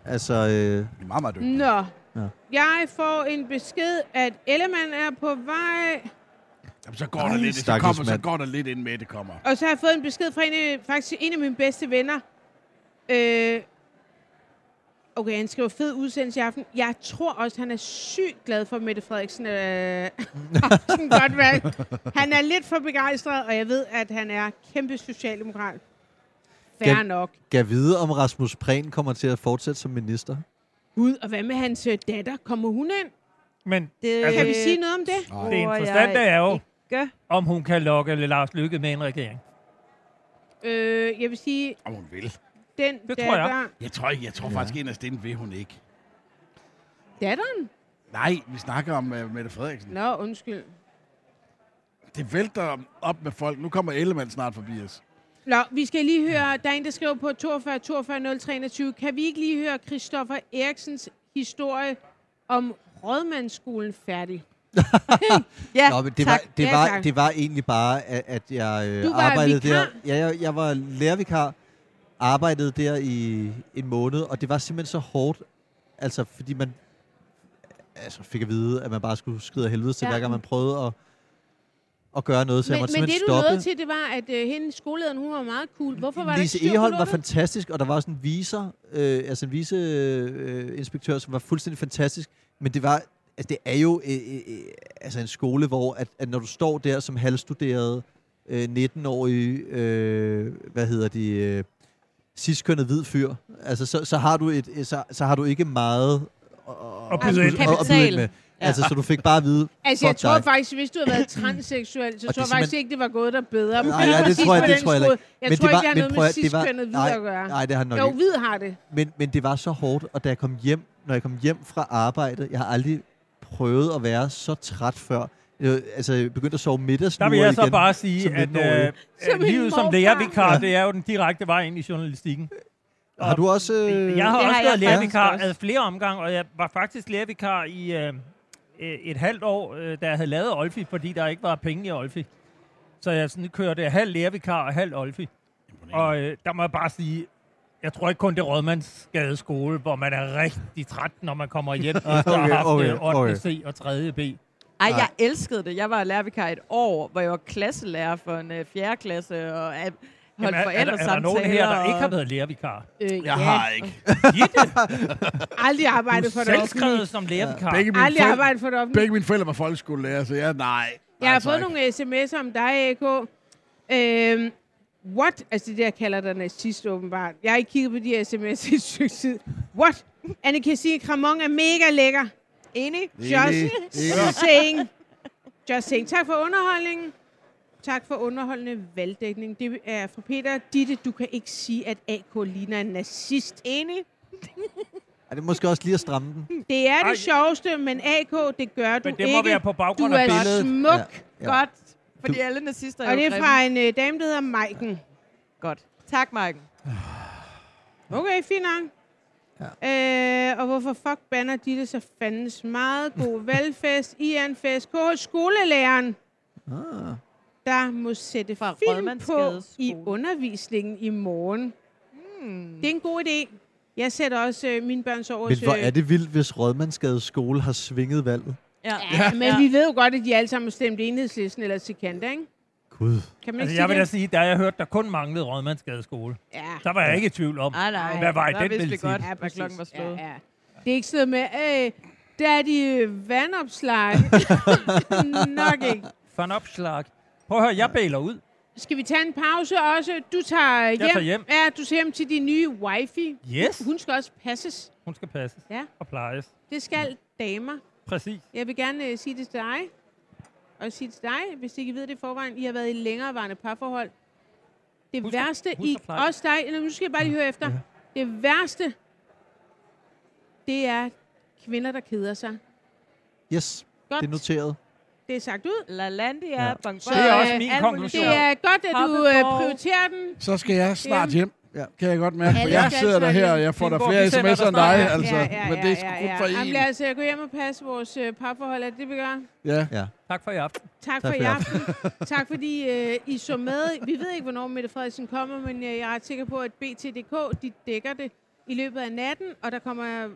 F: Altså, øh,
D: De er meget, meget dygtige.
C: Nå.
F: Ja.
C: Ja. Jeg får en besked, at Ellemann er på vej,
D: Jamen, så går der
F: Ej,
D: lidt, så
F: stakkels
D: kommer, så
F: mand.
D: går der lidt ind med, det kommer.
C: og så har jeg fået en besked fra en af, faktisk en af mine bedste venner. Øh, okay, han skriver fed udsendelse i aften. Jeg tror også, han er sygt glad for Mette Frederiksen. Øh, [LAUGHS] aften, godt valg. Han er lidt for begejstret, og jeg ved, at han er kæmpe socialdemokrat. Færre
F: Gav-
C: nok.
F: gav vide, om Rasmus Prehn kommer til at fortsætte som minister.
C: Gud, og hvad med hans øh, datter? Kommer hun ind?
I: Men
E: Det,
I: Altså,
C: Kan vi sige noget om det?
I: Det
E: tror jeg
I: interessante er jo,
E: ikke.
I: om hun kan lokke Lars Lykke med en regering.
C: Øh, jeg vil sige,
D: Om hun vil.
C: den
I: Det
C: datter...
I: tror jeg.
D: Jeg tror, ikke, jeg tror ja. faktisk, en af sten vil hun ikke.
C: Datteren?
D: Nej, vi snakker om uh, Mette Frederiksen.
C: Nå, undskyld.
D: Det vælter op med folk. Nu kommer Ellemann snart forbi os.
C: Nå, vi skal lige høre, der er en, der skriver på 42 42 023. Kan vi ikke lige høre Christoffer Eriksens historie om Rådmandsskolen færdig?
E: [LAUGHS] Ja,
F: Nå, men det,
E: tak.
F: var, det,
C: Ja,
F: var,
C: tak.
F: det var egentlig bare, at, at jeg øh,
C: Du var
F: arbejdede
C: vikar?
F: der. Ja, jeg, jeg var lærervikar, arbejdede der i en måned, og det var simpelthen så hårdt, altså fordi man altså, fik at vide, at man bare skulle skride af helvede til,
C: Ja.
F: hver gang man prøvede at, at gøre noget, så jeg
C: Men,
F: måtte
C: men det,
F: simpelthen
C: du
F: stoppe.
C: nåede til, det var, at øh, hende skolelederen, hun var meget cool. Hvorfor var
F: Lise
C: der ikke styr på
F: Eholm var
C: lortet?
F: fantastisk, og der var også en viser, øh, altså en viceinspektør, øh, inspektør, som var fuldstændig fantastisk. Men det var, altså det er jo øh, øh, øh, altså en skole, hvor at, at når du står der som halvstuderet øh, 19-årig, øh, hvad hedder de, øh, sidstkønnet hvid fyr, altså så, så, har du et, øh, så, så har du ikke meget
I: Og byde ind.
F: og, og byde ind med.
E: Kapital. Ja.
F: Altså, så du fik bare at vide,
C: Altså, jeg
F: fuck
C: tror
F: dig.
C: faktisk, hvis du havde været transseksuel, så
F: Og det
C: tror
F: er
C: jeg faktisk
F: simpelthen-
C: ikke, det var gået der bedre.
F: Nej, ja, det
C: Præcis
F: tror jeg-
C: på
F: det
C: den
F: tror jeg
C: skole.
F: heller
C: Jeg
F: Men
C: tror
F: det var-
C: ikke, det har noget
F: men prøv
C: med
F: at- det var-
C: ciskønnet hvid at gøre.
F: Nej, det har nok
C: Jo,
F: ikke.
C: hvid har det.
F: Men, men det var så hårdt, og da jeg kom hjem, når jeg kom hjem fra arbejde, jeg har aldrig prøvet at være så træt før. Jeg, altså, jeg begyndte at sove
I: Der
F: middagsnure
I: vil jeg så
F: igen.
I: bare
F: som
I: sige, at øh,
F: 19-årig.
C: Som
I: som
C: en
I: livet som det
C: morfar.
I: er vikar, det er jo den direkte vej ind i journalistikken.
F: Har du også... Øh,
I: Jeg har
E: Det har
I: også
E: jeg
I: været
E: faktisk
I: lærervikar altså.
E: også.
I: ad flere omgange, og jeg var faktisk lærervikar i øh, øh, et halvt år, øh, da jeg havde lavet Olfi, fordi der ikke var penge i Olfi. Så jeg sådan kørte halv lærervikar og halv Olfi. Og øh, der må jeg bare sige, jeg tror ikke kun det er Rådmandsgade skole, hvor man er rigtig træt, når man kommer
D: [LAUGHS]
I: hjem efter okay, at have haft
F: okay,
I: øh, 8.
F: okay.
I: C og 3. B.
E: Ej, jeg elskede det. Jeg var lærervikar i et år, hvor jeg var klasselærer for en øh, fjerde klasse, og øh, holdt
I: er, er, der, er der nogen her, der ikke har været lærervikar?
C: Øh,
D: Jeg
C: ja.
D: har ikke.
C: Aldrig
I: Du
C: arbejdet for
I: er
C: det offentlige.
I: selvskrevet som lærervikar.
D: Begge mine,
C: Aldrig
D: forældre,
C: arbejdet for det offentlige.
D: begge mine forældre var folkeskolelærer, så jeg, nej.
C: Jeg har
D: Nej,
C: fået
D: tak.
C: nogle sms'er om dig, AK. Øhm, what? Altså det der kalder dig nazist, åbenbart. Jeg har ikke kigget på de her sms'er i et stykke tid. What? Anne kan sige, at Kramon er mega lækker. Enig?
D: Enig.
C: Just saying. Just saying. Tak for underholdningen. Tak for underholdende valgdækning. Det er fra Peter. Ditte, du kan ikke sige, at AK ligner en nazist. Enig?
F: Er det måske også lige at stramme den?
C: Det er
I: Ej.
C: det sjoveste, men AK, det gør du
I: Men det
C: ikke.
I: må være på
C: du
I: baggrund af
C: er
F: billedet.
C: smuk.
F: Ja, ja.
E: Godt. Fordi alle nazister er
C: Og
E: jo
C: det er
E: grimme.
C: fra en øh, dame, der hedder Maiken.
E: Godt. Tak, Marken.
C: Okay, fint nok. Ja. Øh, og hvorfor fuck banner de det så fandens meget
I: [LAUGHS]
C: god valgfest, IAN-fest, KH skolelæreren,
F: Ah.
C: der må sætte
E: Fra
C: film på
E: Rådmandsgades
C: i
E: skole.
C: undervisningen i morgen.
E: Hmm.
C: Det er en god idé. Jeg sætter også øh, mine børns over
F: Men hvor er det vildt, hvis Rådmandsgades skole har svinget valget.
E: Ja.
C: Ja, men vi ved jo godt, at de alle sammen har stemt enhedslisten eller Sikanda, ikke?
F: Gud.
C: Kan man ikke
I: Altså,
C: sige
I: jeg vil da
C: det?
I: sige, da jeg hørte, der kun manglede Rådmandsgadeskole,
C: Ja.
I: så var jeg ikke i tvivl om,
E: Nej, nej.
I: hvad var i
E: Der
I: den
E: vidste vi
I: benzin.
E: godt,
C: Ja,
E: at
C: præcis.
E: klokken var slået.
C: Ja, ja. Det er ikke sådan noget med, øh, der er de øh,
E: [LAUGHS]
C: vandopslag. Nok ikke.
I: Fun opslag. Prøv at høre, jeg bæler ud.
C: Skal vi tage en pause også? Du tager hjem.
I: tager hjem.
C: Ja, du tager hjem til din nye wifi.
I: Yes.
C: Hun skal også passes.
I: Hun skal passes
C: Ja.
I: og plejes.
C: Det skal damer.
I: Præcis.
C: Jeg vil gerne øh, sige det til dig. Og sige til dig, hvis ikke I ved det i forvejen, I har været i længerevarende parforhold. Det
I: Husk at-
C: værste
I: husk
C: i
I: at pleje.
C: også dig, eller nu skal jeg bare lige høre efter. Det værste, det er kvinder, der keder sig.
F: Yes,
C: Godt,
F: det er noteret.
C: det er sagt ud.
E: La Landia,
F: Ja.
E: ja. Bonbon,
C: Så det er også
I: min
E: alt muligt
I: konklusion.
C: Det
E: sjovt.
C: er godt, at du øh,
E: Hoppeborg.
C: prioriterer den.
D: Så skal jeg snart hjem.
F: Ja.
D: Kan jeg godt mærke, for
C: Alle
D: jeg
C: skal
D: sidder der
C: snart
D: her, og
C: hjem.
D: jeg får der
I: Fynborg,
D: flere
I: vi sender dig
D: sms'er end
I: snart
D: dig,
I: hjem.
D: altså. Men det er sgu kun for
C: Jamen,
D: en.
C: lad os øh, gå hjem og passe vores øh, parforhold. Er Det vi gør.
D: Ja.
I: Tak for i aften.
C: Tak,
F: for
C: for i
F: i
C: aften. tak fordi øh, I så med. Vi ved ikke, hvornår Mette Frederiksen kommer, men øh, jeg er ret sikker på, at BT.dk de dækker det i løbet af natten, og der kommer øh,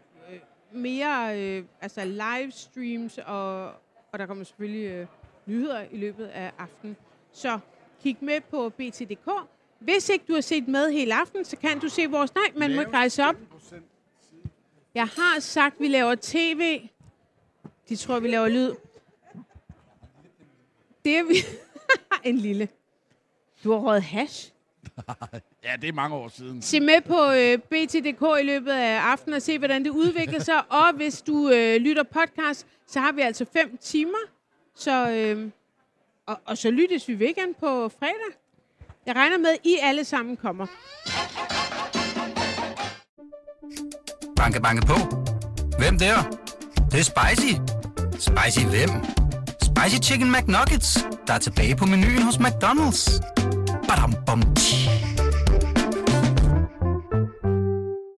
C: mere øh, altså livestreams, og, og der kommer selvfølgelig øh, nyheder i løbet af aftenen. Så kig med på BT.dk. Hvis ikke du har set med hele aften, så kan du se vores... Nej, man må ikke rejse op. Jeg har sagt, vi laver tv. De tror, vi laver lyd. Det er vi... [LAUGHS] en lille. Du har røget hash.
D: ja, det er mange år siden.
C: Se med på øh, BT.dk i løbet af aftenen og se, hvordan det udvikler sig. [LAUGHS] og hvis du øh, lytter podcast, så har vi altså fem timer. Så, øh, og, og så lyttes vi weekend på fredag. Jeg regner med, at I alle sammen kommer.
A: Banke, banke på. Hvem der? Det, det er spicy. Spicy hvem? Spicy Chicken McNuggets, der er tilbage på menuen hos McDonald's. Badum, bom, tji.